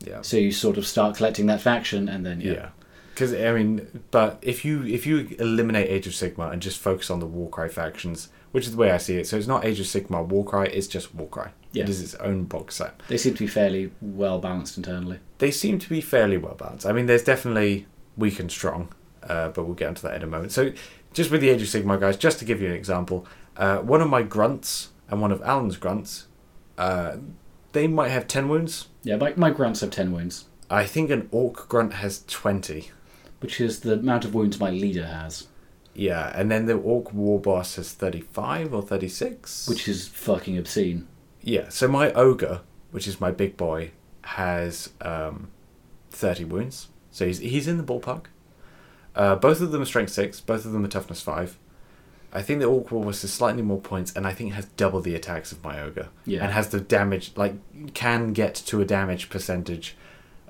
Yeah.
So you sort of start collecting that faction, and then yeah,
Yeah. Because I mean, but if you if you eliminate Age of Sigma and just focus on the Warcry factions, which is the way I see it, so it's not Age of Sigma Warcry, it's just Warcry.
Yeah.
It is its own box set.
they seem to be fairly well balanced internally.
They seem to be fairly well balanced. I mean, there's definitely weak and strong, uh, but we'll get into that in a moment. So, just with the Age of Sigma guys, just to give you an example, uh, one of my grunts and one of Alan's grunts, uh, they might have ten wounds.
Yeah, my, my grunts have ten wounds,
I think an orc grunt has twenty.
which is the amount of wounds my leader has,
Yeah, and then the orc war boss has 35 or 36.
which is fucking obscene.
yeah, so my ogre, which is my big boy, has um, 30 wounds. So he's he's in the ballpark. Uh, both of them are strength 6, both of them are toughness 5. I think the orc war boss has slightly more points and I think has double the attacks of my ogre.
Yeah.
And has the damage like can get to a damage percentage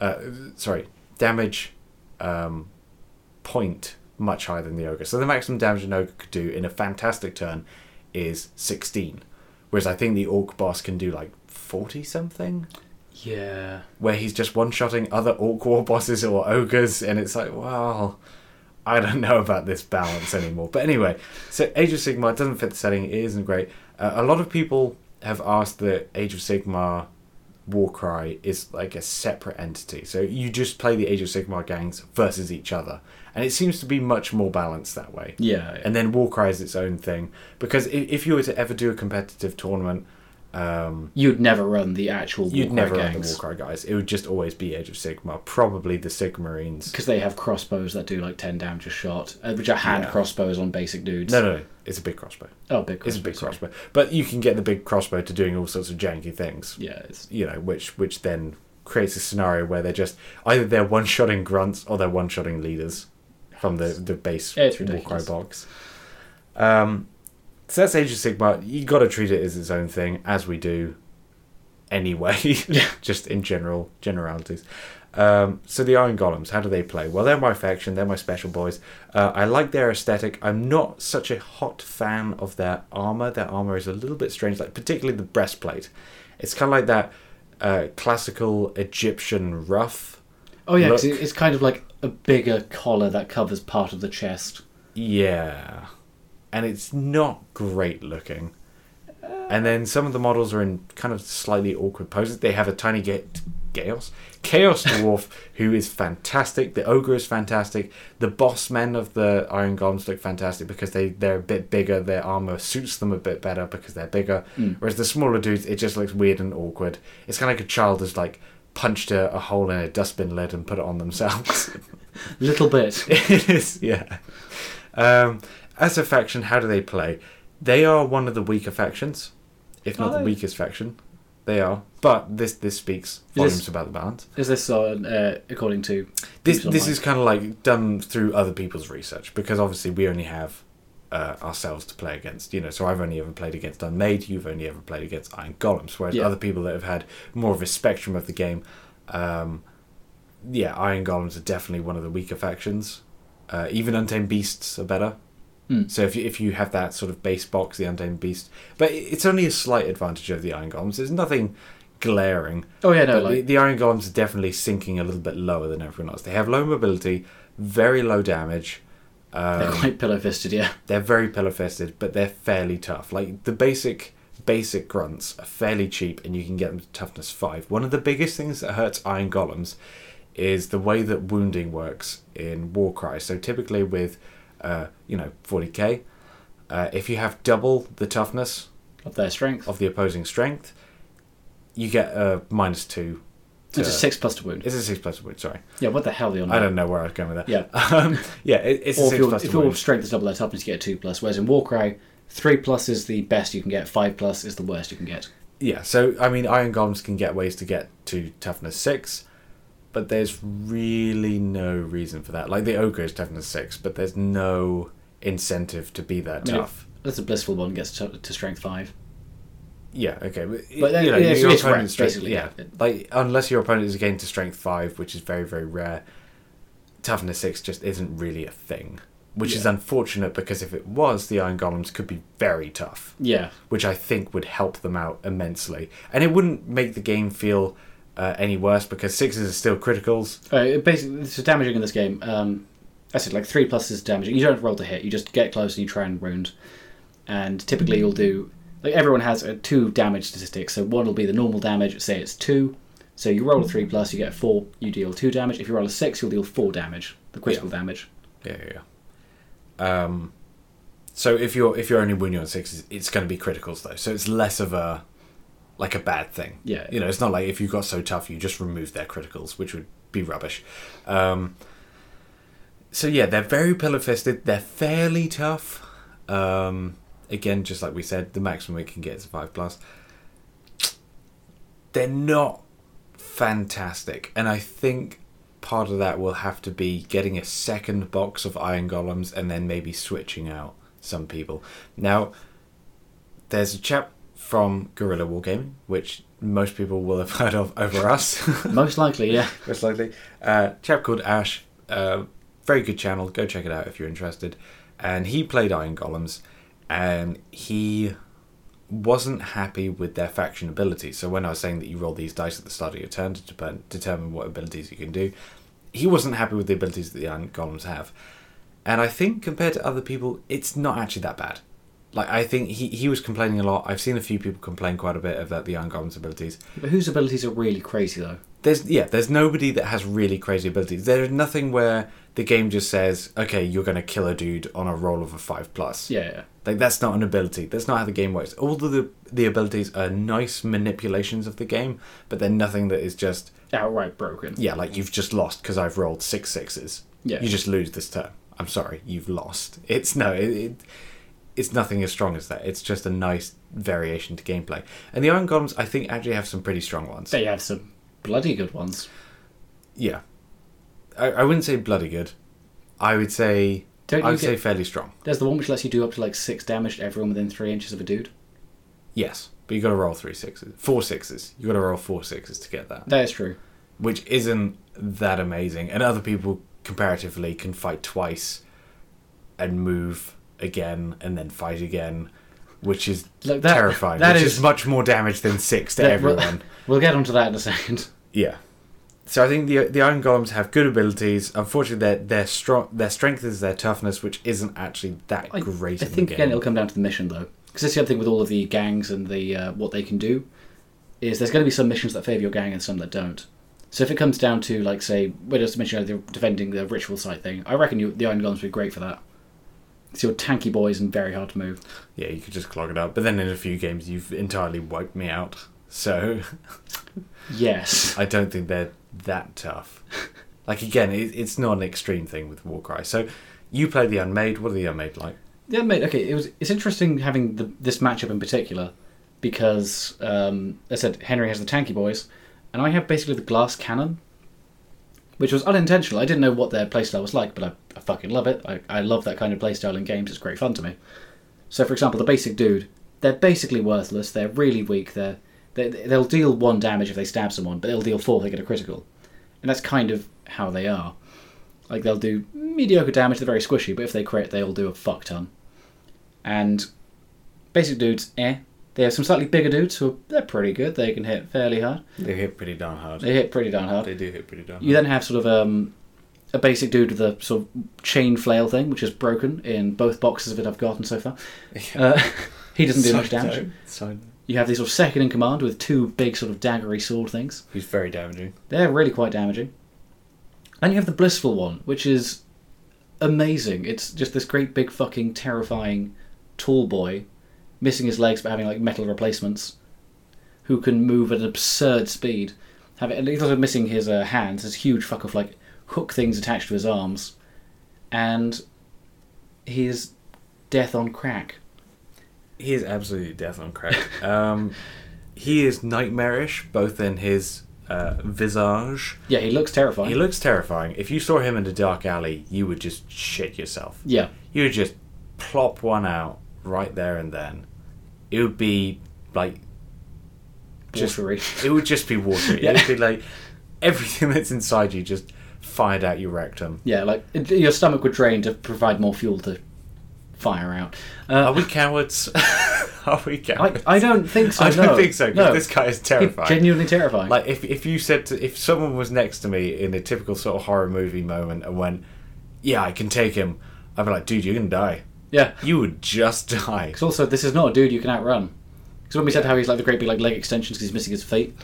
uh, sorry, damage um, point much higher than the ogre. So the maximum damage an ogre could do in a fantastic turn is 16, whereas I think the orc boss can do like 40 something,
Yeah,
where he's just one shotting other orc war bosses or ogres, and it's like, well, I don't know about this balance anymore. But anyway, so Age of Sigma it doesn't fit the setting, it isn't great. Uh, a lot of people have asked that Age of Sigma Warcry is like a separate entity. So you just play the Age of Sigma gangs versus each other. And it seems to be much more balanced that way
yeah,
and then Warcry is its own thing. Because i- if you were to ever do a competitive tournament, um,
you'd never run the actual
you'd
Warcry
never
gangs.
run the Warcry guys. It would just always be Age of Sigma, probably the Sigmarines.
because they have crossbows that do like 10 damage a shot, uh, which are hand
Yeah.
crossbows on basic dudes.
No, no, no, it's a big crossbow.
Oh, big crossbows.
It's a big crossbow, but you can get the big crossbow to doing all sorts of janky things.
Yeah, it's,
You know, which which then creates a scenario where they're just either they're one shotting grunts or they're one shotting leaders from the the base
Yeah, it's
Warcry
ridiculous.
box. Um, so that's Age of Sigma. You got to treat it as its own thing, as we do anyway, just in general generalities. Um, so the Iron Golems, how do they play? Well, they're my faction. They're my special boys. Uh, I like their aesthetic. I'm not such a hot fan of their armor. Their armor is a little bit strange, like particularly the breastplate. It's kind of like that uh, classical Egyptian rough.
oh, yeah, 'cause
Look.
it- it's kind of like a bigger collar that covers part of the chest.
Yeah. And it's not great looking. And then some of the models are in kind of slightly awkward poses. They have a tiny ga- chaos chaos dwarf who is fantastic. The ogre is fantastic. The boss men of the iron golems look fantastic because they they're a bit bigger. Their armor suits them a bit better because they're bigger. Whereas the smaller dudes, it just looks weird and awkward. It's kind of like a child has like punched a, a hole in a dustbin lid and put it on themselves.
Little bit.
it is, yeah. Um, as a faction, how do they play? They are one of the weaker factions, if not
Are
the
they?
weakest faction. They are, but this this speaks volumes
this-
about the balance.
Is this on, uh, according to.
This
people
this
online?
is kind of like done through other people's research because obviously we only have uh, ourselves to play against. You know, so I've only ever played against Unmade. You've only ever played against Iron Golems. Whereas
Yeah.
other people that have had more of a spectrum of the game, um, yeah, Iron Golems are definitely one of the weaker factions. Uh, even Untamed Beasts are better.
Mm.
So if you, if you have that sort of base box, the Untamed Beast, but it- it's only a slight advantage of the Iron Golems. There's nothing glaring.
Oh, yeah, no,
But the,
like.
the Iron Golems are definitely sinking a little bit lower than everyone else. They have low mobility, very low damage.
They're
Um,
quite pillow fisted, yeah.
they're very pillow fisted, but they're fairly tough. Like the basic basic grunts are fairly cheap, and you can get them to toughness five. One of the biggest things that hurts Iron Golems is the way that wounding works in Warcry. So typically with, uh, you know, 40k, uh, if you have double the toughness
of their strength.
of the opposing strength, you get a minus two. to-
It's a six plus to wound.
It's a six plus wound. Sorry,
Yeah, what the hell are you on?
I don't know where I was going with that.
Yeah.
um, yeah, it, it's a
Or if,
six
your,
plus
if
to
your
wound.
strength is double their toughness, you get a two plus. Whereas in Warcry, three plus is the best you can get. Five plus is the worst you can get.
Yeah, so I mean, iron golems can get ways to get to toughness six, but there's really no reason for that. Like the ogre is toughness six, but there's no incentive to be that
I mean,
tough.
That's a blissful one. Gets to, to strength five.
Yeah, okay, but,
But then- yeah, it's- it's ranked,
strength,
basically,
yeah,
yeah.
like unless your opponent is again to strength five, which is very very rare, toughness six just isn't really a thing, which is
Yeah.
unfortunate because if it was, the iron golems could be very tough.
Yeah,
which I think would help them out immensely. And it wouldn't make the game feel uh, any worse because sixes are still criticals.
Uh, it basically, so damaging in this game, um, I said like three plus is damaging. You don't have to roll to hit. You just get close and you try and wound. And typically, you'll do like everyone has a two damage statistic. So one will be the normal damage. Say it's two. So you roll a three plus, you get a four. You deal two damage. If you roll a six, you'll deal four damage, the critical damage.
Yeah, yeah. yeah. Um, so if you're if you're only winning on sixes, it's going to be criticals though. So it's less of a like a bad thing.
Yeah.
you know, it's not like if you got so tough, you just remove their criticals, which would be rubbish. Um, so yeah, they're very pillar fisted. They're fairly tough. Um, again, just like we said, the maximum we can get is a five plus. They're not fantastic, and I think part of that will have to be getting a second box of iron golems and then maybe switching out some people. Now, there's a chap from Guerrilla Wargaming, which most people will have heard of over us.
Most likely, yeah.
most likely. Uh, chap called Ash, uh, very good channel. Go check it out if you're interested. And he played Iron Golems, and he wasn't happy with their faction abilities. So when I was saying that you roll these dice at the start of your turn to depen- determine what abilities you can do, he wasn't happy with the abilities that the Iron Golems have. And I think compared to other people, it's not actually that bad. Like I think he, he was complaining a lot. I've seen a few people complain quite a bit about the Iron Golems abilities.
But whose abilities are really crazy though?
There's yeah, there's nobody that has really crazy abilities. There's nothing where the game just says, okay, you're gonna kill a dude on a roll of a five plus.
Yeah, yeah.
Like that's not an ability. That's not how the game works. All of the the abilities are nice manipulations of the game, but they're nothing that is just
outright broken.
yeah, like you've just lost because I've rolled six sixes.
Yeah.
you just lose this turn. I'm sorry, you've lost. It's no, it, it it's nothing as strong as that. It's just a nice variation to gameplay. And the Iron Golems, I think, actually have some pretty strong ones.
They have some bloody good ones.
Yeah. I, I wouldn't say bloody good. I would say
Don't
I
you
would say
get-
fairly strong.
There's the one which lets you do up to like six damage to everyone within three inches of a dude.
Yes. But you gotta roll three sixes. Four sixes. You gotta roll four sixes to get that.
That is true.
Which isn't that amazing. And other people comparatively can fight twice and move again and then fight again. Which is
Look, that-
terrifying.
that
which is,
is-
much more damage than six to
That-
everyone.
We'll, we'll get onto that in a second.
Yeah. So I think the the Iron Golems have good abilities. Unfortunately, their their strong their strength is their toughness, which isn't actually that
I,
great.
I
in
think
the game.
again it'll come down to the mission though, because that's the other thing with all of the gangs and the uh, what they can do, is there's going to be some missions that favour your gang and some that don't. So if it comes down to like say, we just mentioned they're defending the ritual site thing, I reckon you, the Iron Golems would be great for that. So you're tanky boys and very hard to move.
yeah, you could just clog it up. But then in a few games, you've entirely wiped me out. So
Yes.
I don't think they're that tough. Like again, it, it's not an extreme thing with Warcry. So you play the Unmade. What are the Unmade like?
Yeah, mate. Okay, it was. It's interesting having the, this matchup in particular because, um, as I said, Henry has the tanky boys, and I have basically the glass cannon, which was unintentional. I didn't know what their playstyle was like, but I, I fucking love it. I, I love that kind of playstyle in games. It's great fun to me. So, for example, the basic dude, they're basically worthless. They're really weak. They're they, they'll deal one damage if they stab someone, but they'll deal four if they get a critical, and that's kind of how they are. Like they'll do mediocre damage. They're very squishy, but if they crit, they'll do a fuck ton and basic dudes, eh. They have some slightly bigger dudes who are, they're pretty good. They can hit fairly hard.
They hit pretty darn hard.
They hit pretty darn hard.
do hit pretty darn.
You then have sort of um, a basic dude with a sort of chain flail thing, which is broken in both boxes of it I've gotten so far. Uh, he doesn't do much damage. You have these sort of second in command with two big sort of daggery sword things.
He's very damaging.
They're really quite damaging. And you have the blissful one, which is amazing. It's just this great big fucking terrifying tall boy, missing his legs but having like metal replacements, who can move at an absurd speed. Have it, and he's also missing his uh, hands, his huge fuck of like hook things attached to his arms, and he is death on crack.
He is absolutely death on crack. um, he is nightmarish, both in his uh, visage.
Yeah, he looks terrifying.
He looks terrifying. If you saw him in a dark alley, you would just shit yourself.
yeah,
You would just plop one out right there and then. It would be like just
watery.
it would just be watery.
Yeah.
It would be like everything that's inside you just fired out your rectum.
Yeah, like it, your stomach would drain to provide more fuel to fire out.
Are
Uh,
we cowards? Are we
I,
cowards?
Oh, I don't think so.
I don't
no.
think so. 'cause
No,
This guy is
He's
terrifying.
genuinely terrifying.
Like if if you said to, if someone was next to me in a typical sort of horror movie moment and went, "Yeah, I can take him," I'd be like, "Dude, you're gonna die.
yeah.
You would just die."
Because also, this is not a dude you can outrun. Because when we said how he's like the great big like leg extensions because he's missing his feet,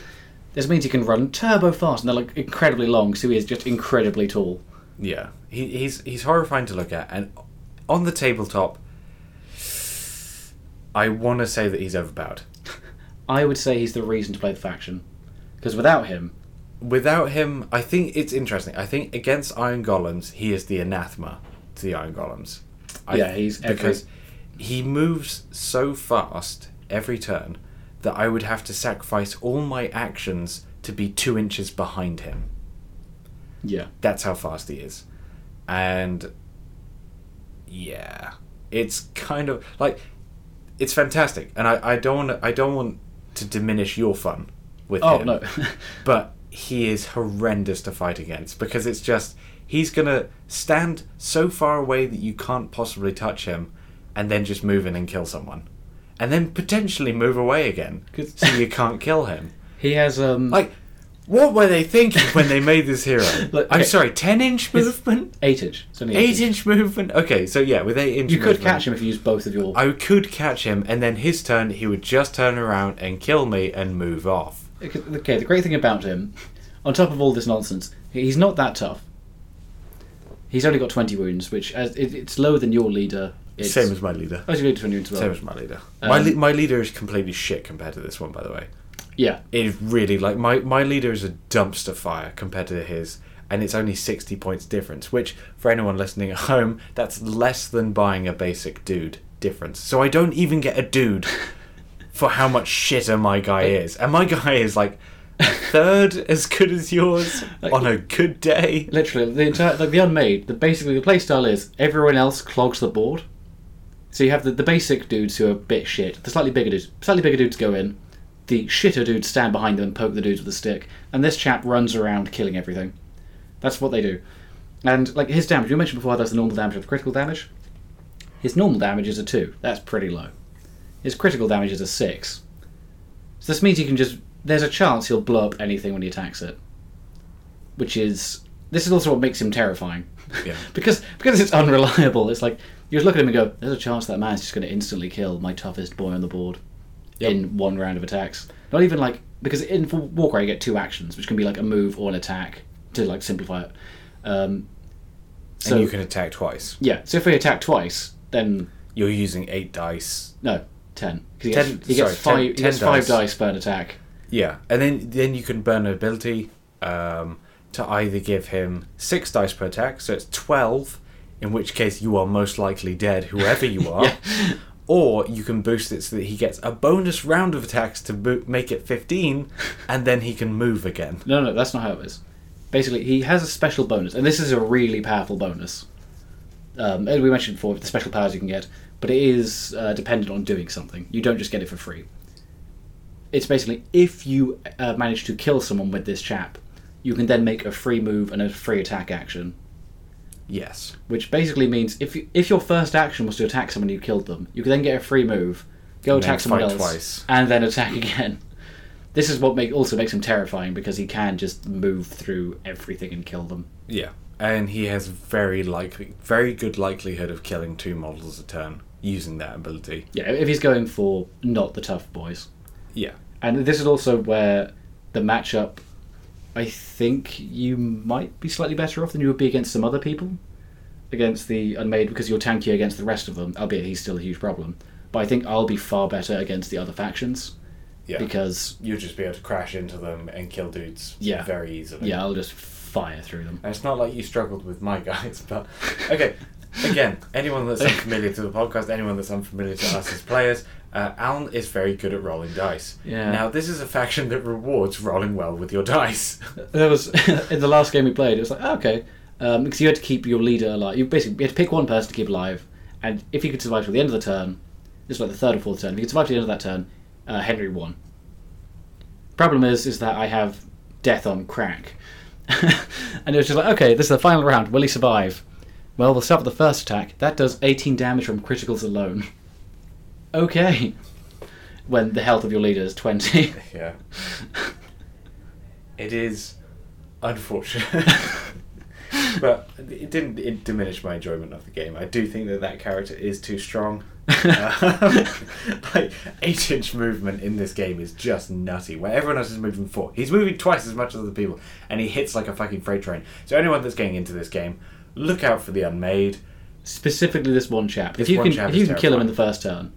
this means he can run turbo fast and they're like incredibly long, so he is just incredibly tall.
Yeah, he, he's he's horrifying to look at, and on the tabletop, I want to say that he's overpowered.
I would say he's the reason to play the faction. Because without him,
Without him, I think it's interesting. I think against Iron Golems, he is the anathema to the Iron Golems. I-
Yeah, he's every-
because he moves so fast every turn that I would have to sacrifice all my actions to be two inches behind him.
yeah,
That's how fast he is. And yeah, it's kind of like it's fantastic. And I, I don't want I don't want to diminish your fun with
Oh,
him.
no.
but he is horrendous to fight against because it's just he's gonna stand so far away that you can't possibly touch him, and then just move in and kill someone, and then potentially move away again
'Cause-
so you can't kill him.
he has um
Like, what were they thinking when they made this hero?
Look,
I'm
okay.
sorry, 10 inch movement?
eight inch. It's only
8 inch movement? Okay, so yeah, with 8 inch
You could catch him if you used both of your.
I could catch him, and then his turn, he would just turn around and kill me and move off.
Okay, the great thing about him, on top of all this nonsense, he's not that tough. He's only got 20 wounds, which as it, it's lower than your leader. It's,
Same as my leader.
Oh, your leader 20 wounds as well.
Same as my leader. my,
Um,
le- my leader is completely shit compared to this one, by the way.
Yeah,
It is really, like, my, my leader is a dumpster fire compared to his, and it's only 60 points difference, which, for anyone listening at home, that's less than buying a basic dude difference. So I don't even get a dude for how much shitter my guy is. And my guy is, like, a third as good as yours on a good day.
literally the entire like the unmade. The basically the playstyle is everyone else clogs the board. So you have the, the basic dudes who are a bit shit. The slightly bigger dudes, slightly bigger dudes go in. The shitter dudes stand behind them and poke the dudes with a stick. And this chap runs around killing everything. That's what they do. And like his damage, you mentioned before, that's the normal damage of critical damage. His normal damage is a two. That's pretty low. His critical damage is a six. So this means he can just. There's a chance he'll blow up anything when he attacks it. Which is. This is also what makes him terrifying.
Yeah.
because because it's unreliable. It's like you just look at him and go, "There's a chance that man's just going to instantly kill my toughest boy on the board in one round of attacks." Not even like because in for Warcry you get two actions, which can be like a move or an attack to like simplify it. Um, so
and you can attack twice.
yeah, so if we attack twice, then
You're using eight dice
no, ten. 'Cause He gets,
Ten-
he gets
sorry,
five.
ten-
he
ten
gets five
dice.
dice per attack.
Yeah, and then then you can burn an ability um, to either give him six dice per attack, so it's twelve, in which case you are most likely dead, whoever you are, or you can boost it so that he gets a bonus round of attacks to bo- make it fifteen, and then he can move again.
No, no, that's not how it is. Basically, he has a special bonus, and this is a really powerful bonus. Um, as we mentioned before, the special powers you can get, but it is uh, dependent on doing something. You don't just get it for free. It's basically if you uh, manage to kill someone with this chap, you can then make a free move and a free attack action,
Yes,
which basically means if you, if your first action was to attack someone you killed them, you can then get a free move, go
And then
attack someone
fight
else,
twice.
and then attack again. This is what make, also makes him terrifying because he can just move through everything and kill them.
yeah, and he has very likely, very good likelihood of killing two models a turn using that ability.
Yeah, if he's going for not the tough boys.
Yeah,
And this is also where the matchup I think you might be slightly better off than you would be against some other people, against the unmade, because you're tankier against the rest of them. Albeit he's still a huge problem, but I think I'll be far better against the other factions
Yeah.
because
You'll just be able to crash into them and kill dudes
Yeah.
very easily.
yeah, I'll just fire through them.
And it's not like you struggled with my guys, but okay. Again, anyone that's unfamiliar to the podcast, anyone that's unfamiliar to us as players, uh, Alan is very good at rolling dice.
Yeah.
Now, this is a faction that rewards rolling well with your dice.
There was in the last game we played. It was like oh, okay, um, because you had to keep your leader alive. You basically you had to pick one person to keep alive, and if you could survive to the end of the turn, this is like the third or fourth turn. If you could survive to the end of that turn, uh, Henry won. Problem is, is that I have death on crack, and it was just like okay, this is the final round. Will he survive? Well, we'll start with the first attack. That does 18 damage from criticals alone. Okay. When the health of your leader is 20.
yeah. It is unfortunate. but it didn't it diminish my enjoyment of the game. I do think that that character is too strong. Um, like eight inch movement in this game is just nutty. Where everyone else is moving four, he's moving twice as much as other people, and he hits like a fucking freight train. So anyone that's getting into this game, look out for the unmade.
specifically this one chap.
This
if you
one
can,
chap
if you
is
can kill him in
terrifying.
the first turn,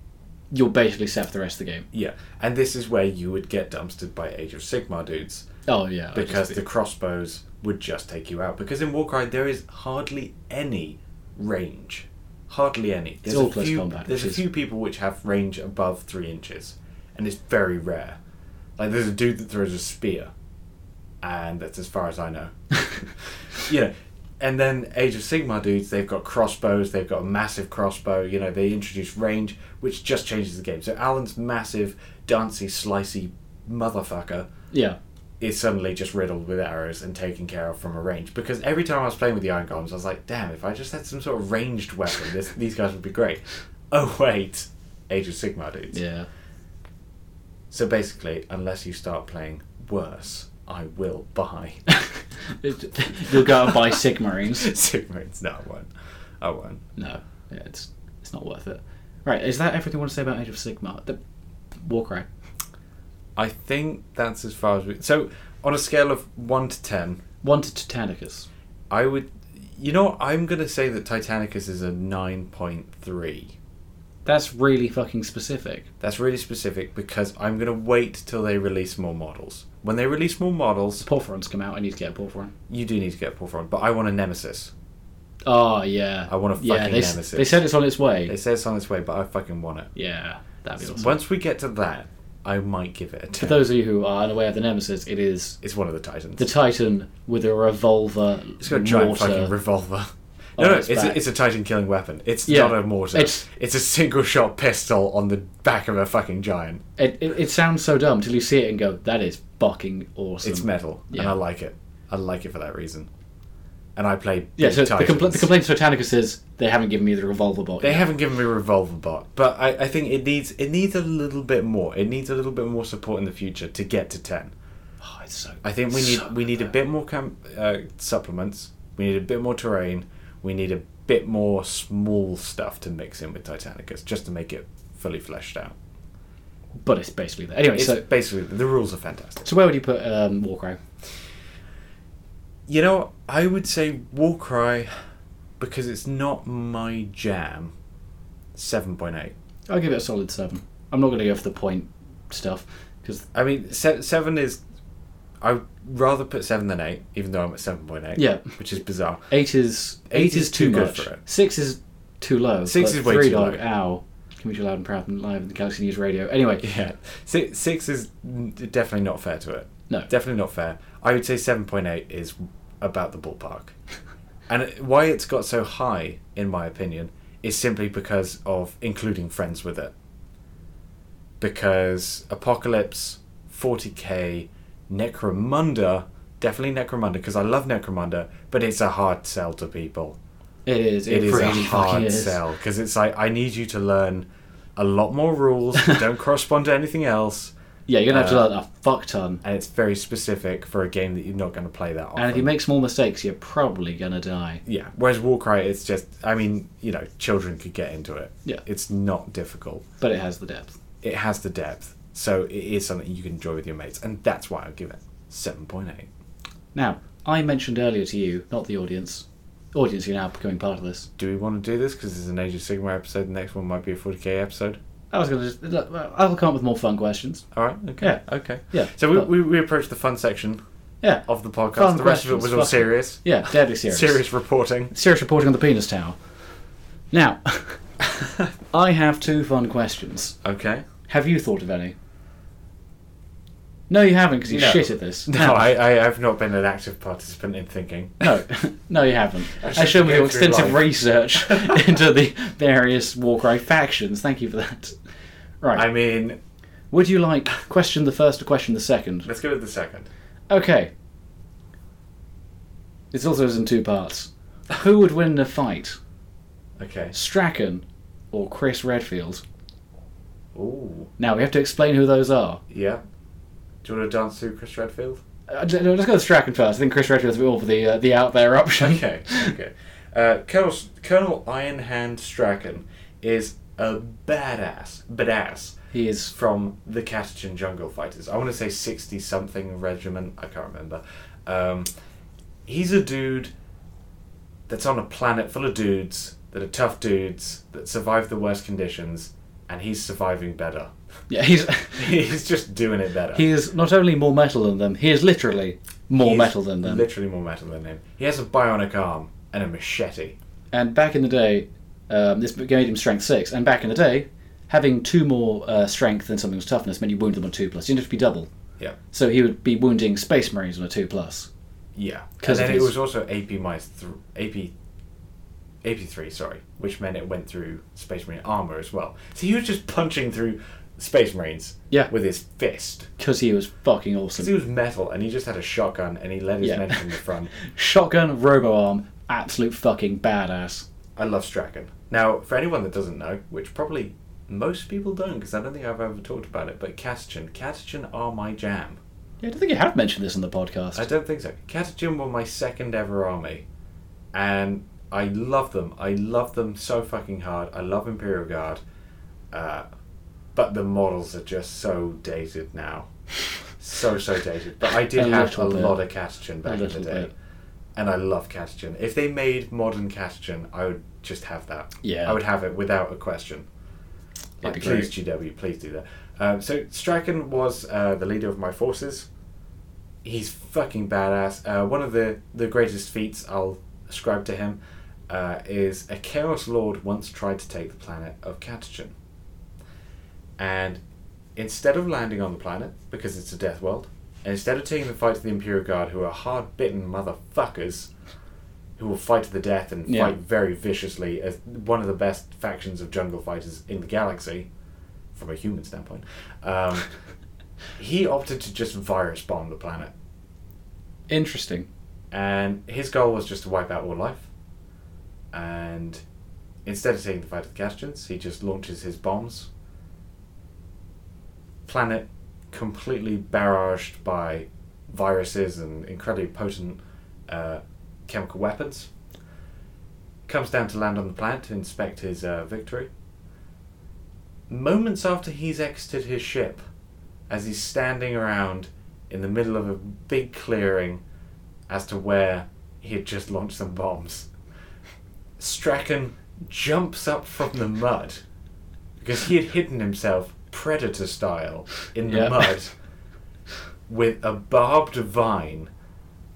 you're basically set for the rest of the game.
Yeah, and this is where you would get dumpstered by Age of Sigmar dudes.
Oh yeah, I'll
because
just
the
be-
crossbows would just take you out. Because in Warcry there is hardly any range, hardly any. There's
all
a
close
few,
combat,
There's
which
a
is-
few people which have range above three inches, and it's very rare. Like there's a dude that throws a spear, and that's as far as I know. you know, and then Age of Sigmar dudes, they've got crossbows, they've got a massive crossbow. You know, they introduce range, which just changes the game. So Alan's massive, dancey, slicey motherfucker
yeah,
is suddenly just riddled with arrows and taken care of from a range. Because every time I was playing with the Iron Golems, I was like, damn, if I just had some sort of ranged weapon, this, these guys would be great. Oh, wait. Age of Sigmar dudes.
yeah.
So basically, unless you start playing worse, I will buy
It- you'll go out and buy Sigmarines.
Sigmarines. No, I won't. I won't.
No, yeah, it's it's not worth it. Right, is that everything you want to say about Age of Sigmar? The Warcry.
I think that's as far as we. So, on a scale of 1 to 10,
One to Titanicus.
I would. You know, what? I'm going to say that Titanicus is a 9.3.
That's really fucking specific.
That's really specific because I'm going to wait till they release more models. When they release more models,
Porphyrons come out. I need to get a Porphyron.
you do need to get Porphyron, but I want a Nemesis.
Oh yeah.
I want a fucking
yeah, they, s-
Nemesis.
they said it's on its way.
They say it's on its way, but I fucking want it.
yeah, that'd be awesome.
Once we get to that, I might give it a 10.
For those of you who are unaware of the Nemesis, it is
it's one of the Titans.
the Titan with a revolver.
it's got a giant
mortar.
fucking revolver.
on
No, no,
its
it's a,
back.
it's a Titan killing weapon. It's
Yeah.
not a mortar.
It's-
It's, a single shot pistol on the back of a fucking giant.
It, it, it sounds so dumb till you see it and go, that is fucking awesome.
It's metal, and
Yeah.
I like it. I like it for that reason. And I played.
yeah, so the, compl- the
Titans.
complaint of Titanicus is they haven't given me the revolver box.
They haven't given me a revolver bot, but I, I think it needs it needs a little bit more. It needs a little bit more support in the future to get to ten.
Oh, it's so.
I think we need
so
we need a
good.
bit more cam- uh, supplements. We need a bit more terrain. We need a bit more small stuff to mix in with Titanicus just to make it fully fleshed out.
But it's basically there. Anyway,
It's
so
basically the rules are fantastic.
so where would you put um, Warcry?
You know, I would say Warcry because it's not my jam. Seven point eight.
I'll give it a solid seven. I'm not going to go for the point stuff because
I mean, se- seven is. I would rather put seven than eight, even though I'm at seven point eight.
Yeah.
which is bizarre.
eight is eight, is, too,
good
much.
for it.
Six is too low.
Six
but
is way
three
too
dog,
low.
Ow. Can we be loud and proud and live in the Galaxy News Radio? Anyway,
Yeah, six, six is n- definitely not fair to it.
No.
definitely not fair. I would say seven point eight is about the ballpark, and it- why it's got so high, in my opinion, is simply because of including friends with it. Because Apocalypse, forty k, Necromunda, definitely Necromunda, because I love Necromunda, but it's a hard sell to people
it is. It,
it is
really
a
fucking
hard
is.
sell because it's like I need you to learn a lot more rules that don't correspond to anything else,
Yeah, you're gonna have to
Uh,
learn a fuck ton.
and it's very specific for a game that you're not going to play that often.
And if you make small mistakes, you're probably gonna die.
yeah, whereas Warcry, it's just I mean, you know, children could get into it.
Yeah.
it's not difficult.
But it has the depth.
It has the depth, so it is something you can enjoy with your mates, and that's why I give it seven point eight.
Now, I mentioned earlier to you, not the audience, audience, you're now becoming part of this.
Do we want to do this? Because this is an Age of Sigma episode. The next one might be a 40k episode.
I was going to just. I'll come up with more fun questions.
All right. Okay.
Yeah.
Okay.
Yeah.
So we,
but-
we, we approached the fun section
Yeah.
of the podcast.
Fun
the rest of it
questions,
was all
fun.
serious.
Yeah, deadly serious.
Serious reporting.
Serious reporting on the penis tower. Now, I have two fun questions.
Okay.
Have you thought of any? No, you haven't, because you're
No.
shit at this.
No, I, I have not been an active participant in thinking.
No, no, you haven't.
That's
I
just
showed me
go
your
through
extensive
life.
research into the various Warcry factions. Thank you for that. Right.
I mean,
Would you like question the first or question the second?
let's go with the second.
Okay. It's also in two parts. Who would win in a fight,
Okay.
Strachan or Chris Redfield?
Ooh.
Now we have to explain who those are.
Yeah. Do you want to dance through Chris Redfield?
Uh, d- no, let's go with Strachan first. I think Chris Redfield's all for the uh, the out there option.
Okay. Okay. Uh, Colonel Colonel Ironhand Strachan is a badass. Badass.
He is
from the Catachin Jungle Fighters. I want to say 60 something regiment, I can't remember. Um, he's a dude that's on a planet full of dudes that are tough dudes that survive the worst conditions, and he's surviving better.
yeah he's
he's just doing it better.
he is not only more metal than them. He is literally more
He's
metal than them.
Literally more metal than him. He has a bionic arm and a machete.
And back in the day, um, this made him strength six. And back in the day, having two more uh, strength than something was toughness meant you wound them on two plus. You didn't have to be double.
Yeah.
So he would be wounding space marines on a two plus.
Yeah.
'Cause
And then
of
it
his-
was also AP minus th- AP. AP3, sorry, which meant it went through Space Marine armor as well. So he was just punching through Space Marines
Yeah.
with his fist.
Because he was fucking
Because
awesome.
he was metal and he just had a shotgun and he led his
Yeah.
men from the front.
Shotgun, robo arm, absolute fucking badass.
I love Strachan. Now, for anyone that doesn't know, which probably most people don't because I don't think I've ever talked about it, but Catachin. Catachin are my jam.
Yeah, I don't think you have mentioned this on the podcast.
I don't think so. Catachin were my second ever army, and I love them. I love them so fucking hard. I love Imperial Guard, uh, but the models are just so dated now, so so dated. But I did
A
have a
little bit.
lot of Catachin back in the
little
day,
bit.
and I love Catachin. If they made modern Catachin, I would just have that.
Yeah.
I would have it without a question.
That'd
Like,
be great.
please, GW, please do that. Um, so Strachan was uh, the leader of my forces. He's fucking badass. Uh, one of the, the greatest feats I'll ascribe to him uh, is a Chaos Lord once tried to take the planet of Catachin. And instead of landing on the planet, because it's a death world, and instead of taking the fight to the Imperial Guard, who are hard bitten motherfuckers, who will fight to the death and
Yeah.
fight very viciously as one of the best factions of jungle fighters in the galaxy, from a human standpoint, um, he opted to just virus bomb the planet.
Interesting.
And his goal was just to wipe out all life. And instead of taking the fight to the Castians, he just launches his bombs. Planet completely barraged by viruses and incredibly potent uh, chemical weapons. Comes down to land on the planet to inspect his uh, victory. Moments after he's exited his ship, as he's standing around in the middle of a big clearing as to where he had just launched some bombs. Strachan jumps up from the mud because he had hidden himself predator style in the
Yeah.
mud with a barbed vine.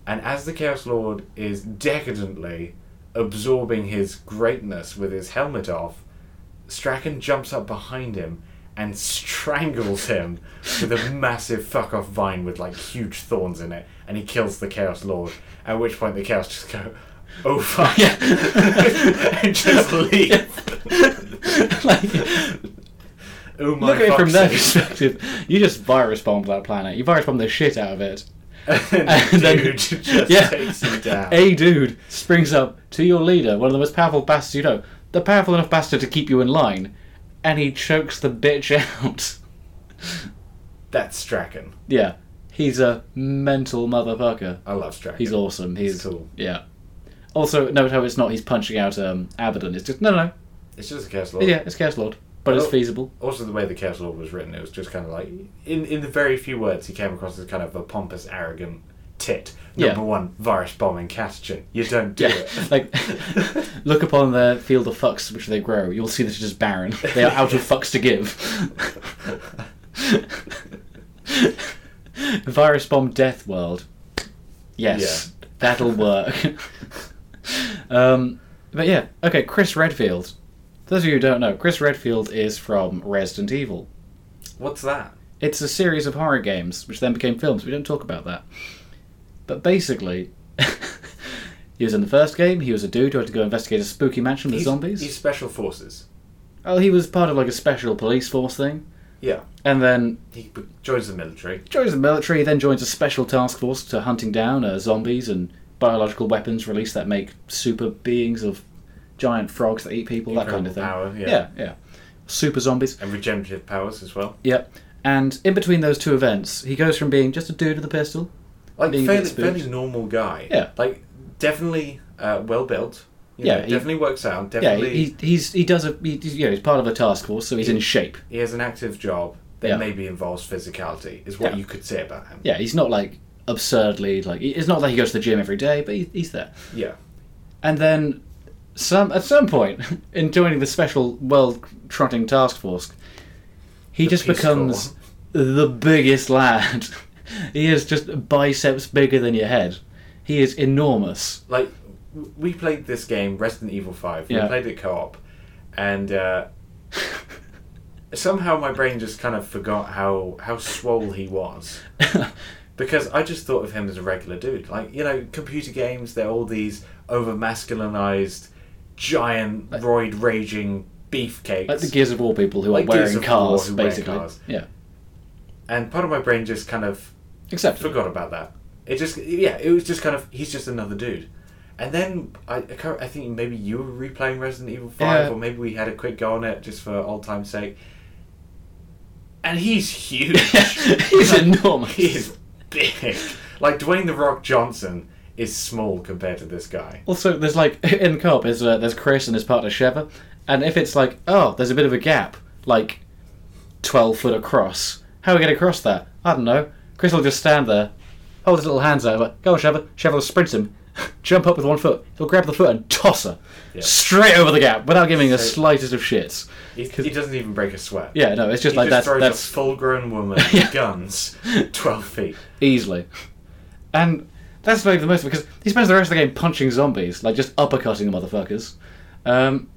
And as the Chaos Lord is decadently absorbing his greatness with his helmet off, Strachan jumps up behind him and strangles him with a massive fuck off vine with like huge thorns in it, and he kills the Chaos Lord. At which point the Chaos just go, "Oh fuck!"
Yeah.
and just leave.
like,
Oh my
Look at it from
fuck's
their
sake.
perspective. You just virus bombed that planet. You virus bombed the shit out of it.
And,
And then-
dude just
yeah.
takes him down.
A dude springs up to your leader, one of the most powerful bastards you know, the powerful enough bastard to keep you in line, and he chokes the bitch out.
That's Strachan.
yeah, he's a mental motherfucker.
I love Strachan.
He's awesome. He's
It's cool.
Yeah. Also, note how it's not he's punching out um, Abaddon. It's just no, no,
It's just a Chaos Lord.
no. Yeah, it's Chaos Lord, but it's
Oh.
feasible.
also the way the Chaos Lord was written, it was just kind of like in in the very few words he came across as kind of a pompous, arrogant tit.
Yeah.
Number one, virus bombing catechin. You don't do
Yeah,
it.
like look upon the field of fucks which they grow. You'll see that it is barren. They are out of fucks to give. Virus bomb death world. Yes, that'll work. um, but yeah, okay. Chris Redfield. Those of you who don't know, Chris Redfield is from Resident Evil.
What's that?
It's a series of horror games, which then became films. We don't talk about that. But basically, he was in the first game. He was a dude who had to go investigate a spooky mansion with
He's-
zombies.
He's special forces.
Oh, he was part of like a special police force thing.
Yeah.
And then
He b- joins the military.
joins the military. Then joins a special task force to hunting down uh, zombies and biological weapons released that make super beings of giant frogs that eat people. that kind of thing.
Incredible power, yeah.
yeah, yeah. Super zombies.
And regenerative powers as well.
Yep. And in between those two events, he goes from being just a dude with a pistol
Like,
Being a
fairly,
bit spooked.
fairly normal guy.
Yeah.
Like, definitely uh, well built. You
Yeah,
know,
he-
definitely works out.
Yeah,
Definitely.
he, he's he does a he, he's, you know, he's part of a task force, so he's in shape.
he has an active job that
Yeah.
maybe involves physicality, is what
Yeah.
you could say about him.
Yeah, he's not like absurdly like it's not like he goes to the gym every day, but he, he's there.
Yeah.
And then some at some point in joining the special world trotting task force, he just
Peace
becomes
Corps.
the biggest lad. he is just biceps bigger than your head. He is enormous.
Like, w- we played this game, Resident Evil 5.
Yeah.
We played it co op. And uh, somehow my brain just kind of forgot how, how swole he was. Because I just thought of him as a regular dude. Like, you know, computer games, they're all these over masculinized, giant, roid raging beefcakes.
Like the Gears of War people who
Like
are
Gears
wearing
of War
cars,
who wear
basically.
cars.
Yeah.
and part of my brain just kind of
Except
forgot about that. It just, yeah, it was just kind of, he's just another dude. And then I, I can't- I think maybe you were replaying Resident Evil 5,
Yeah.
or maybe we had a quick go on it just for old time's sake. And he's huge.
he's enormous.
He is big. Like Dwayne the Rock Johnson is small compared to this guy.
Also, there's like in co-op, there's, uh, there's Chris and his partner Sheva, and if it's like, oh, there's a bit of a gap, like twelve foot across, how are we going to cross that? I don't know. Chris will just stand there, hold his little hands out, like, go on, Sheva. Sheva will sprint him, jump up with one foot, he'll grab the foot and toss her
Yeah.
straight over the gap without giving the
So-
slightest of shits.
He, he doesn't even break a sweat.
Yeah, no, it's just
He
like
just
that's
throws
that's
a full-grown woman with guns, twelve feet.
easily. And that's maybe the most because he spends the rest of the game punching zombies, like just uppercutting motherfuckers. Um,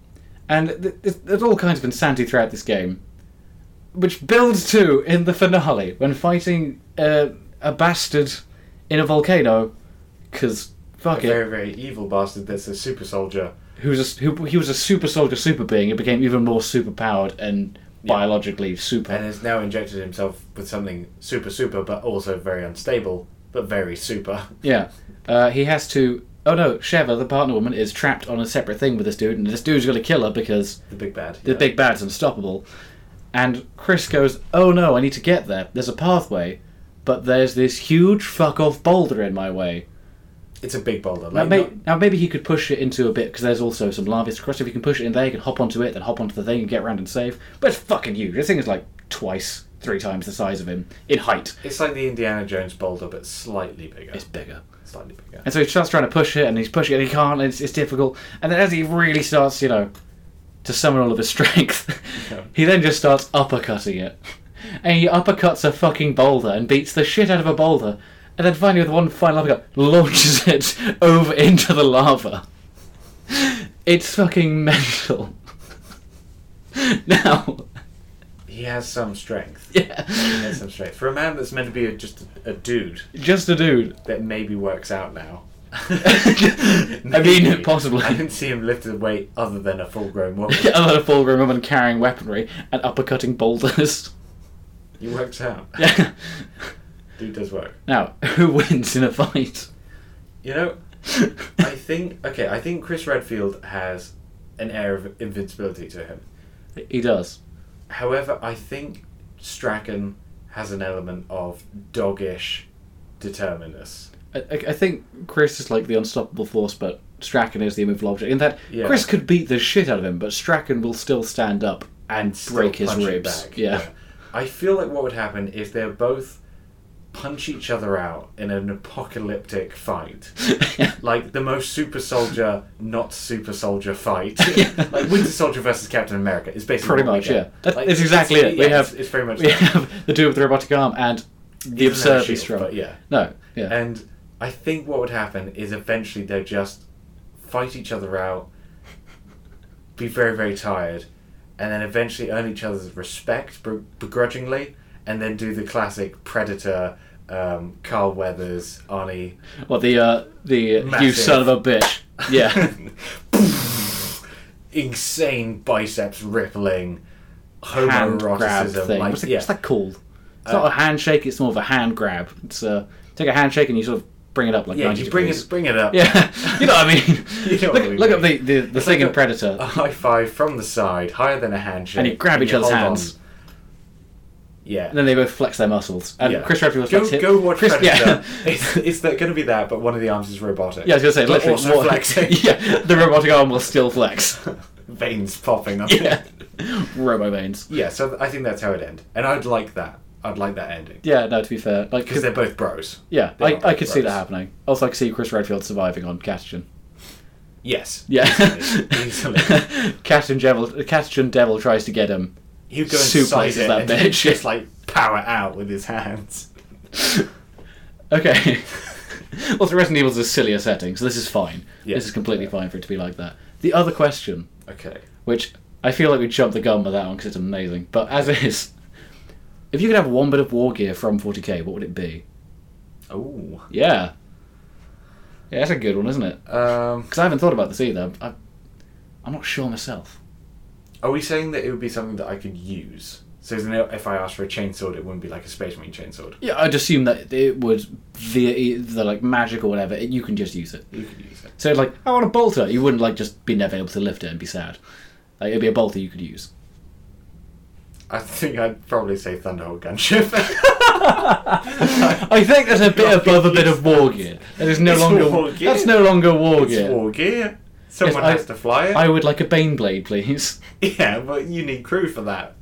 and th- th- there's all kinds of insanity throughout this game, which builds to in the finale when fighting uh, a bastard in a volcano, because
A
fuck it,
very, very evil bastard. That's a super soldier.
who's a, s- who, he was a super soldier, super being, and became even more super powered and biologically super.
and has now injected himself with something super super but also very unstable but very super
Yeah. Uh, he has to. Oh no, Sheva, the partner woman, is trapped on a separate thing with this dude, and this dude's going to kill her because
the big bad
the
yeah.
big bad's unstoppable. And Chris goes, Oh no, I need to get there. There's a pathway, but there's this huge fuck off boulder in my way.
it's a big boulder
Now,
like,
may,
not-
now maybe he could push it into a bit because there's also some lava to cross. If you can push it in there, you can hop onto it, then hop onto the thing and get around and save. But it's fucking huge. This thing is like twice, three times the size of him in height.
it's like the indiana jones boulder but slightly bigger
It's bigger.
slightly bigger
And so he starts trying to push it, and he's pushing it, and he can't, and it's, it's difficult. And then as he really starts, you know, to summon all of his strength,
Yeah.
he then just starts uppercutting it. And he uppercuts a fucking boulder and beats the shit out of a boulder, and then finally, with one final uppercut, launches it over into the lava. It's fucking mental. now,
he has some strength
yeah,
he has some strength for a man that's meant to be a, just a, a dude
just a dude.
that maybe works out now
I mean, possibly.
i didn't see him lift a weight other than a full-grown woman
A lot of full grown women carrying weaponry and uppercutting boulders.
he works out
yeah.
dude does work
Now, who wins in a fight?
you know I think okay. I think Chris Redfield has an air of invincibility to him.
he does.
However, I think Strachan has an element of doggish determinedness.
I, I I think Chris is like the unstoppable force, but Strachan is the immovable object. In that,
Yeah.
Chris could beat the shit out of him, but Strachan will still stand up and
still
break his
punch him
ribs.
back.
Yeah.
I feel like what would happen is they're both punch each other out in an apocalyptic fight. like the most super soldier, not super soldier fight. like Winter Soldier versus Captain America is basically
Pretty
what we
much,
get.
yeah. That- it's exactly it. We
yeah, it's-
have-
it's, very much
We
that.
have the dude with the robotic arm and the
Even though Uh, it's
absurdly
shield,
strong.
But yeah.
No, yeah.
And I think what would happen is eventually they'd just fight each other out, be very, very tired, and then eventually earn each other's respect br- begrudgingly, and then do the classic Predator, um, Carl Weathers, Arnie.
Well, the uh, the uh, you
Massive.
son of a bitch. Yeah,
Insane biceps rippling,
hand grab
homoeroticism.
thing.
Like,
what's, it-
yeah. Uh,
what's that called? It's not a handshake. It's more of a hand grab. It's uh, take a handshake and you sort of bring it up like
yeah,
90
you bring
degrees.
it, bring it up.
Yeah, you know what I mean.
You know
look,
what we
look up the
mean.
the, the
It's
thing
like
in Predator.
a uh, high five from the side, higher than a handshake,
And you grab each other's
hold
hands.
on. Yeah.
and then they both flex their muscles. And
yeah.
Chris Redfield
go,
flex hip.
go watch
Chris,
Predator.
Yeah.
It's, it's going to be that, but one of the arms is robotic.
yeah, I was gonna say
But
literally.
also
what-
flexing.
yeah, the robotic arm will still flex.
Veins popping up.
Yeah, robo veins.
Yeah, so th- I think that's how it end, and I'd like that. I'd like that ending
Yeah, no, to be fair, like
because they're both bros.
yeah,
they're
I,
not
I could see that
robots.
happening. Also, I could see Chris Redfield surviving on Catechin.
Yes.
Yeah,
Easily. Easily.
Catechin Devil, Catechin Devil tries to get him.
He'd go
Suplexes
inside it
that
and
bitch.
just like power out with his hands.
Okay. well, the Resident Evil's a sillier setting, so this is fine.
Yeah.
This is completely fine for it to be like that. The other question,
Okay.
which I feel like we jumped the gun with that one because it's amazing, but as is, if you could have one bit of war gear from 40k, what would it be?
Oh.
Yeah. Yeah, that's a good one, isn't it?
Um,
Because I haven't thought about this either. I, I'm not sure myself.
are we saying that it would be something that I could use? So isn't it- if I asked for a chainsword, it wouldn't be like a Space Marine chainsword.
Yeah, I'd assume that it would via the like magic or whatever. It, you can just use it.
You could use it.
So like, I want a bolter. You wouldn't like just be never able to lift it and be sad. Like it'd be a bolter you could use.
I think I'd probably say Thunderhawk gunship.
I think that's a bit
Not
above a
good
bit of war gear. That is no
It's
longer
war gear.
that's no longer war
it's
gear.
war gear. Someone
Yes, I-
has to fly it.
I would like a bane blade, please.
yeah, but you need crew for that.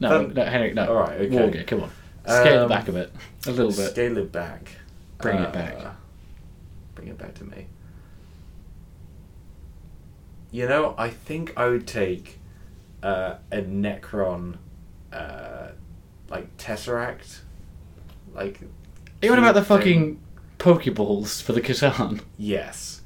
No,
Um,
no, Henrik, no.
all right, okay.
War gear. Come on, scale
Um,
it back a bit, a little bit.
Scale it back. Uh,
Bring it back.
Bring it back to me. You know, I think I would take uh, a Necron, uh, like Tesseract, like.
Hey, what about the
cube thing.
fucking pokeballs for the Catan?
Yes,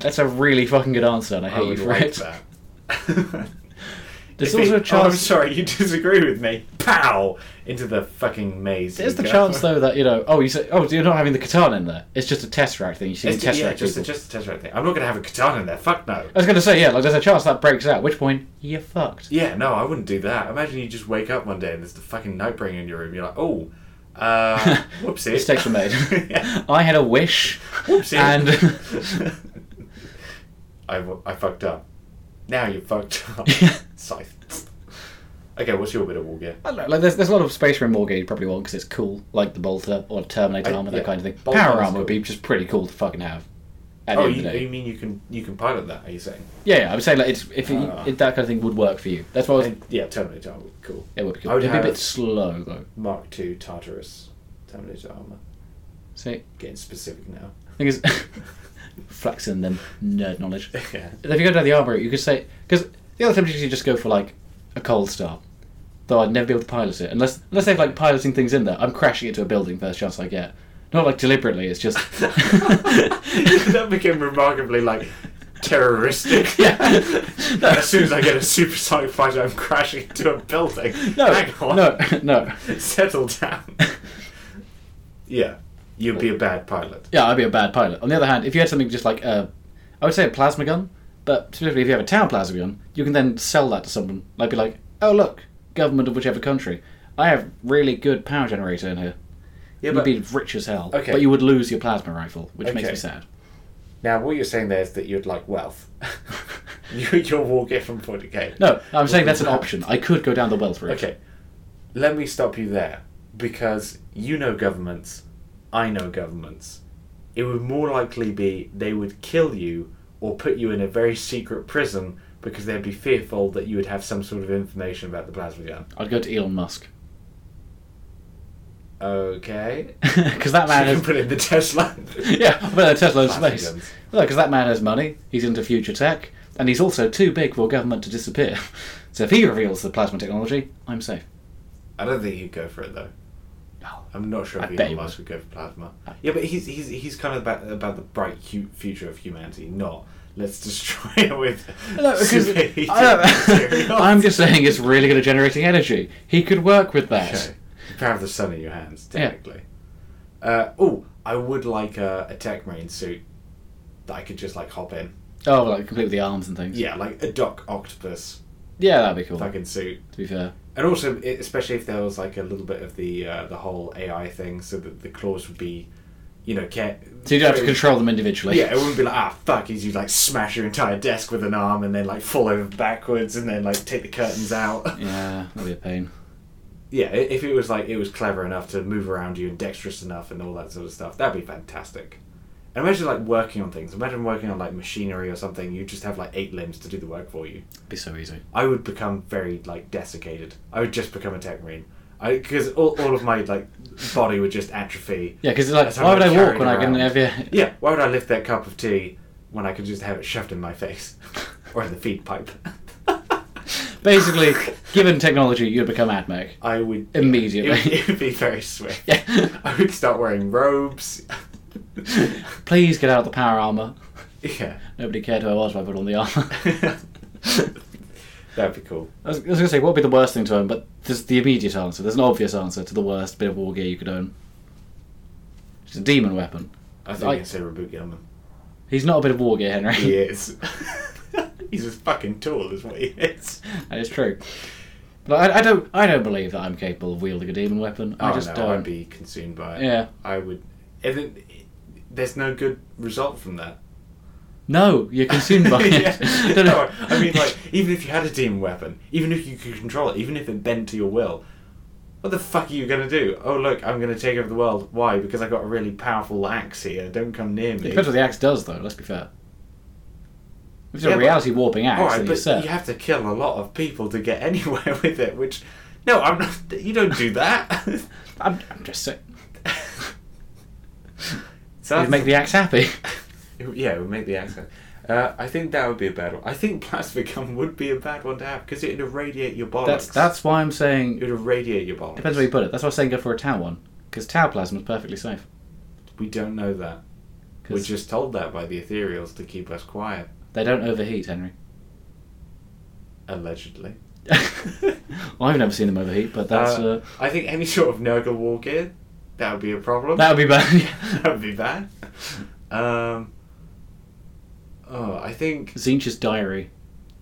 That's a really fucking good answer, and I
I
hate you
would
for
like
it.
that.
Oh, There's
If
also
he-
a
Oh, I'm
chance.
sorry, you disagree with me. Pow! Into the fucking maze.
There's
you
the
go.
chance though that you know. Oh, you say. Oh, you're not having the katana in there. It's just a tesseract thing. You see,
It's,
tesseract
yeah, just, a,
people.
just a Tesseract thing. I'm not gonna have a katana in there. Fuck no.
I was gonna say yeah. Like, there's a chance that breaks out. At which point you're fucked.
Yeah, no, I wouldn't do that. Imagine you just wake up one day and there's the fucking Nightbringer in your room. You're like, oh, uh, whoopsie.
Mistakes were made.
yeah.
I had a wish,
Whoopsie.
and
I, w- I fucked up. Now you fucked up. Scythe. Okay, what's your bit of war gear?
I don't know, like there's, there's a lot of space room war gear you probably want because it's cool, like the bolter or Terminator
I-
armor,
yeah,
that kind of thing.
bolter
Power
is
armor would be just pretty cool to fucking have. At
Oh,
the end of
you,
the day.
you mean you can you can pilot that? Are you saying?
Yeah, yeah, I would say like it's if you,
Ah.
it, that kind of thing would work for you. That's why I was,
And, yeah, Terminator armor. Cool.
it would be cool.
I would
It'd be a
have-
bit slow though.
Mark II Tartarus Terminator armor.
See,
Getting specific now.
thing is, flexing them nerd knowledge.
yeah.
If you go down the armory, you could say because the other temptation is you just go for like a cold star. Though I'd never be able to pilot it unless unless they're like piloting things in there. I'm crashing it to a building first chance I get. Not like deliberately. It's just
that became remarkably like terroristic.
Yeah. No.
as soon as I get a supersonic fighter, I'm crashing into a building.
no,
Hang on.
no, no.
Settle down. yeah, you'd be a bad pilot.
Yeah, I'd be a bad pilot. On the other hand, if you had something just like a, I would say a plasma gun, but specifically if you have a town plasma gun, you can then sell that to someone. Like be like, oh look, government of whichever country, I have really good power generator in here.
Yeah,
You'd be rich as hell,
Okay.
but you would lose your plasma rifle, which makes
Okay.
me sad.
now what you're saying there is that you'd like wealth. you, your war gear from 40k.
No, I'm saying that's an
Well,
option. I could go down the wealth route.
Okay, let me stop you there because you know governments, I know governments. It would more likely be they would kill you or put you in a very secret prison because they'd be fearful that you would have some sort of information about the plasma gun.
I'd go to Elon Musk.
Okay.
Because that man
you
has
can put in the Tesla.
yeah, well, a Tesla in
Plastic
space.
guns.
Because that man has money, he's into future tech, and he's also too big for government to disappear. So if he reveals the plasma technology, I'm safe.
I don't think he'd go for it though.
Oh.
I'm not sure
I
if
bet he
Elon Musk would go for plasma. Yeah, but he's he's he's kind of about about the bright hu- future of humanity, not let's destroy it with
No, because
superheated
I don't-
materials.
I'm just saying it's really good at generating energy. He could work with that.
Okay. The power of the sun in your hands,
Yeah.
technically. Uh, oh, I would like a, a tech marine suit that I could just like hop in.
Oh, like complete with the arms and things.
Yeah, like a Doc Octopus
Yeah, that'd be cool.
fucking suit.
to be fair.
And also, i- especially if there was like a little bit of the uh, the whole AI thing, so that the claws would be, you know, care.
So you don't have to
very-
control them individually.
Yeah, it wouldn't be like ah fuck. He's you like smash your entire desk with an arm and then like fall over backwards and then like take the curtains out.
Yeah, that'd be a pain.
Yeah, i- if it was like it was clever enough to move around you and dexterous enough and all that sort of stuff, that'd be fantastic. And imagine like working on things. Imagine working on like machinery or something. You just have like eight limbs to do the work for you.
It'd be so easy.
I would become very like desiccated. I would just become a tech marine. I because all, all of my like body would just atrophy.
Yeah, because like,
That's how
why would I
I'm
walk
carried
when I can
around.
have yeah,
Yeah, why would I lift that cup of tea when I could just have it shoved in my face or in the feed pipe?
Basically, given technology, you'd become AdMech.
I would
Immediately.
It, would- it would be very swift.
Yeah.
I would start wearing robes.
Please get out of the power armor.
yeah.
Nobody cared who I was when I put on the armor.
That'd be cool.
I was, I was going to say, what would be the worst thing to own? But there's the immediate answer. There's an obvious answer to the worst bit of war gear you could own. It's a demon weapon.
I think
Like-
I can say Reboot Gilman.
He's not a bit of war gear, Henry.
He is. He's as fucking tall as what he is.
that is true. But I, I don't. I don't believe that I'm capable of wielding a demon weapon. I
Oh,
just
no,
don't.
I'd be consumed by it.
Yeah.
I would. And it, there's no good result from that.
No, you're consumed by it.
Yeah.
Don't know.
No, I mean, like, even if you had a demon weapon, even if you could control it, even if it bent to your will, what the fuck are you gonna do? Oh, look, I'm gonna take over the world. Why? Because I got a really powerful axe here. Don't come near
It
me.
depends what the axe does, though. Let's be fair. If it's
Yeah,
a
but-
reality warping axe,
All right,
then
but
you're set.
you have to kill a lot of people to get anywhere with it. Which, no, I'm not. You don't do that.
I'm, I'm just saying.
so
You'd make the axe happy.
Yeah, it would make the accent. Uh, I think that would be a bad one. I think plasma gum would be a bad one to have because it'd irradiate your bollocks.
That's that's why I'm
it
saying.
would irradiate your bollocks.
Depends where you put it. That's why I'm saying go for a tau one because tau plasma is perfectly safe.
We don't know that. We're
'Cause
just told that by the ethereals to keep us quiet,
they don't overheat, Henry.
allegedly.
Well, I've never seen them overheat, but that's uh,
Uh, I think any sort of Nurgle war gear, that would be a problem.
uh, that would be bad.
That would be bad. Um, oh, I think
Zinch's diary.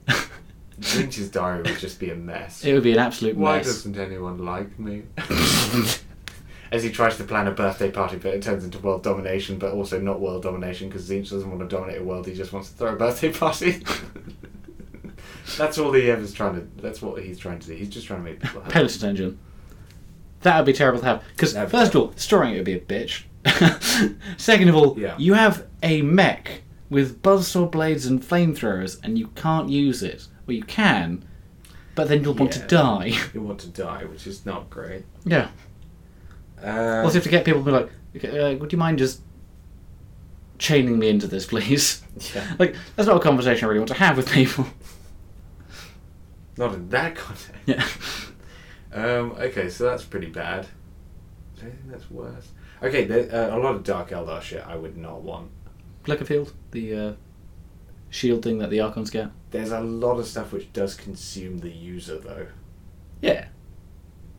Lynch's diary would just be a mess.
It would be an absolute
Why
mess.
doesn't anyone like me? As he tries to plan a birthday party, but it turns into world domination, but also not world domination because Zinch doesn't want to dominate a world. He just wants to throw a birthday party. that's all he ever's trying to. That's what he's trying to do. He's just trying to make people happy.
Peloton engine. That would be terrible to have. Because
That'd be
first of all, storing it would be a bitch. Second of all,
Yeah.
you have a mech with buzzsaw blades and flamethrowers, and you can't use it. Well, you can, but then you'll want to
Yeah.
die.
You want to die, which is not great.
yeah.
Uh,
Also, you have to get people to be like, "Okay, uh, "Would you mind just chaining me into this, please?"
yeah,
Like, that's not a conversation I really want to have with people.
not in that context.
Yeah.
Um, okay, so that's pretty bad. Is there anything that's worse? Okay, there, uh, a lot of Dark Eldar shit I would not want.
Bleckerfield, the uh, shield thing that the Archons get.
There's a lot of stuff which does consume the user though.
Yeah.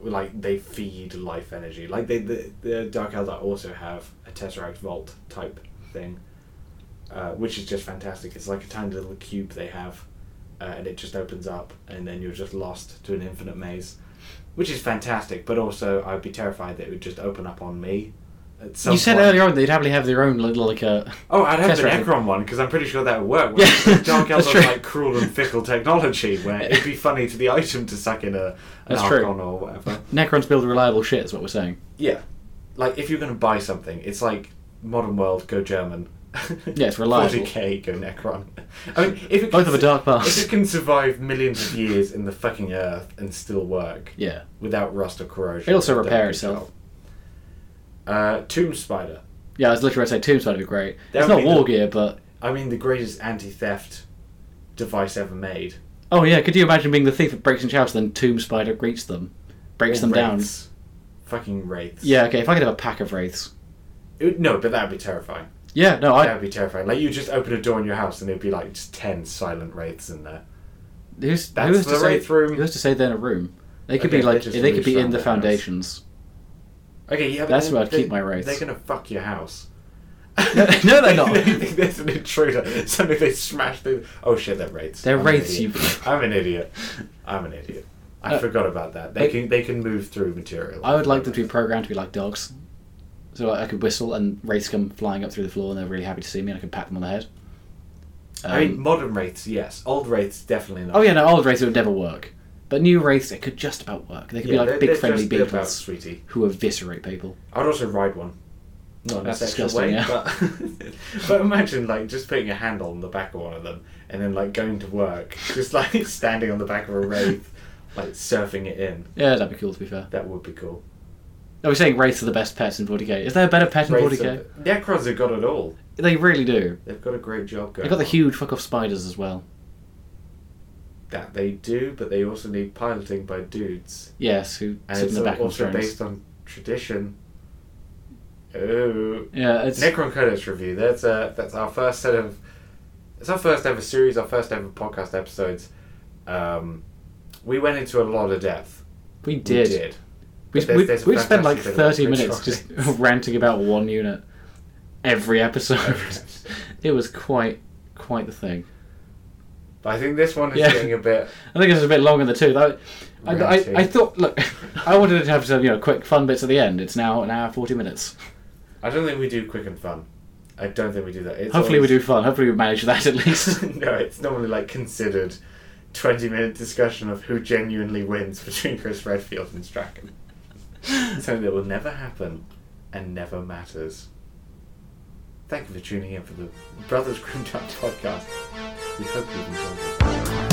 Like they feed life energy. Like they the, the Dark Eldar also have a Tesseract Vault type thing, uh, which is just fantastic. It's like a tiny little cube they have, uh, and it just opens up, and then you're just lost to an infinite maze, which is fantastic. But also, I'd be terrified that it would just open up on me. At some
you said
point.
earlier on they'd happily have their own little like uh, a
Oh, I'd have an
Tesseract.
Ekron one because I'm pretty sure that would work.
Yeah,
whereas the Dark
that's
Elder's
true.
like cruel and fickle technology, where it'd be funny to the item to suck in a an
That's true.
Archon or whatever.
Necrons build reliable shit. Is what we're saying.
Yeah, like if you're gonna buy something, it's like modern world go German.
Yeah, it's reliable.
40k go Necron. I mean, if it
Both of a
su-
dark past.
If it can survive millions of years in the fucking earth and still work
Yeah,
without rust or corrosion,
It'll also
then
repair
it's
itself.
out. Uh, Tomb Spider.
Yeah, I was literally going to say Tomb Spider would be great.
That
it's
would
not
be
War
the-
Gear, but.
I mean, the greatest anti theft device ever made.
Oh, yeah, could you imagine being the thief that breaks into your house and then Tomb Spider greets them? Breaks them down.
Wraiths. Fucking wraiths.
Yeah, okay, if I could have a pack of wraiths.
It would- no, but that would be terrifying.
Yeah, no, I.
That would be terrifying. Like, you just open a door in your house and there'd be like just 10 silent wraiths in there.
Who's,
That's
who's
the
to say,
wraith room.
Who's to say they're in a room? They could
Okay,
be like.
they're just
They could be
loose
in the
around the house.
foundations.
Okay, yeah, but
That's
then
where I'd
they-
keep my wraiths.
They're gonna fuck your house.
No, they're not.
they think there's an intruder. Suddenly they smash through. Oh shit, they're wraiths.
They're
I'm
wraiths,
An idiot.
you-
I'm an idiot. I'm an idiot. I
Uh,
forgot about that. They
I-
can they can move through material.
I would like them to be programmed to be like dogs. So I I could whistle and wraiths come flying up through the floor and they're really happy to see me and I can pat them on the head.
I mean,
Um,
modern wraiths, yes. Old wraiths, definitely not.
oh, yeah, no, old wraiths would never work. But new wraiths, it could just about work. They could
Yeah,
be
they're-
like big
they're
friendly
just about,
beetles
sweetie.
who eviscerate people.
I'd also ride one. Not in
That's
a sexual
disgusting,
way,
yeah.
but but imagine like just putting a handle on the back of one of them and then like going to work, just like standing on the back of a wraith, like surfing it in.
Yeah, that'd be cool, to be fair.
That would be cool.
Are we saying wraiths are the best pets in 40k? Is there a better pet in
Wraiths
40k?
are- Necrons have got it all.
They really do.
They've got a great job going.
They've got the
on.
huge fuck off spiders as well.
that they do, but they also need piloting by dudes,
Yes, who
and
sit in
it's
the back of
also
the trains.
based on tradition. Oh,
Yeah, it's.
Necron Codex review. That's uh, that's our first set of. It's our first ever series, our first ever podcast episodes. Um, we went into a lot of depth.
we
We
did.
did.
We,
But there's-
we,
there's a
we spent like
fantastic bit
30
of language
minutes
on
just
it.
ranting about one unit every episode. it was quite quite the thing.
But I think this one is
Yeah.
getting a bit.
I think it was a bit long in the tooth. I, I, I,
Ranty.
I thought, look, I wanted it to have some you know quick fun bits at the end. It's now an hour 40 minutes.
I don't think we do quick and fun. I don't think we do that. It's
Hopefully we do
always-
fun. Hopefully we manage that at least.
no, it's normally like considered 20 minute discussion of who genuinely wins between Chris Redfield and Strachan. Something that will never happen and never matters. Thank you for tuning in for the Brothers Grimdark podcast. We hope you've enjoyed it.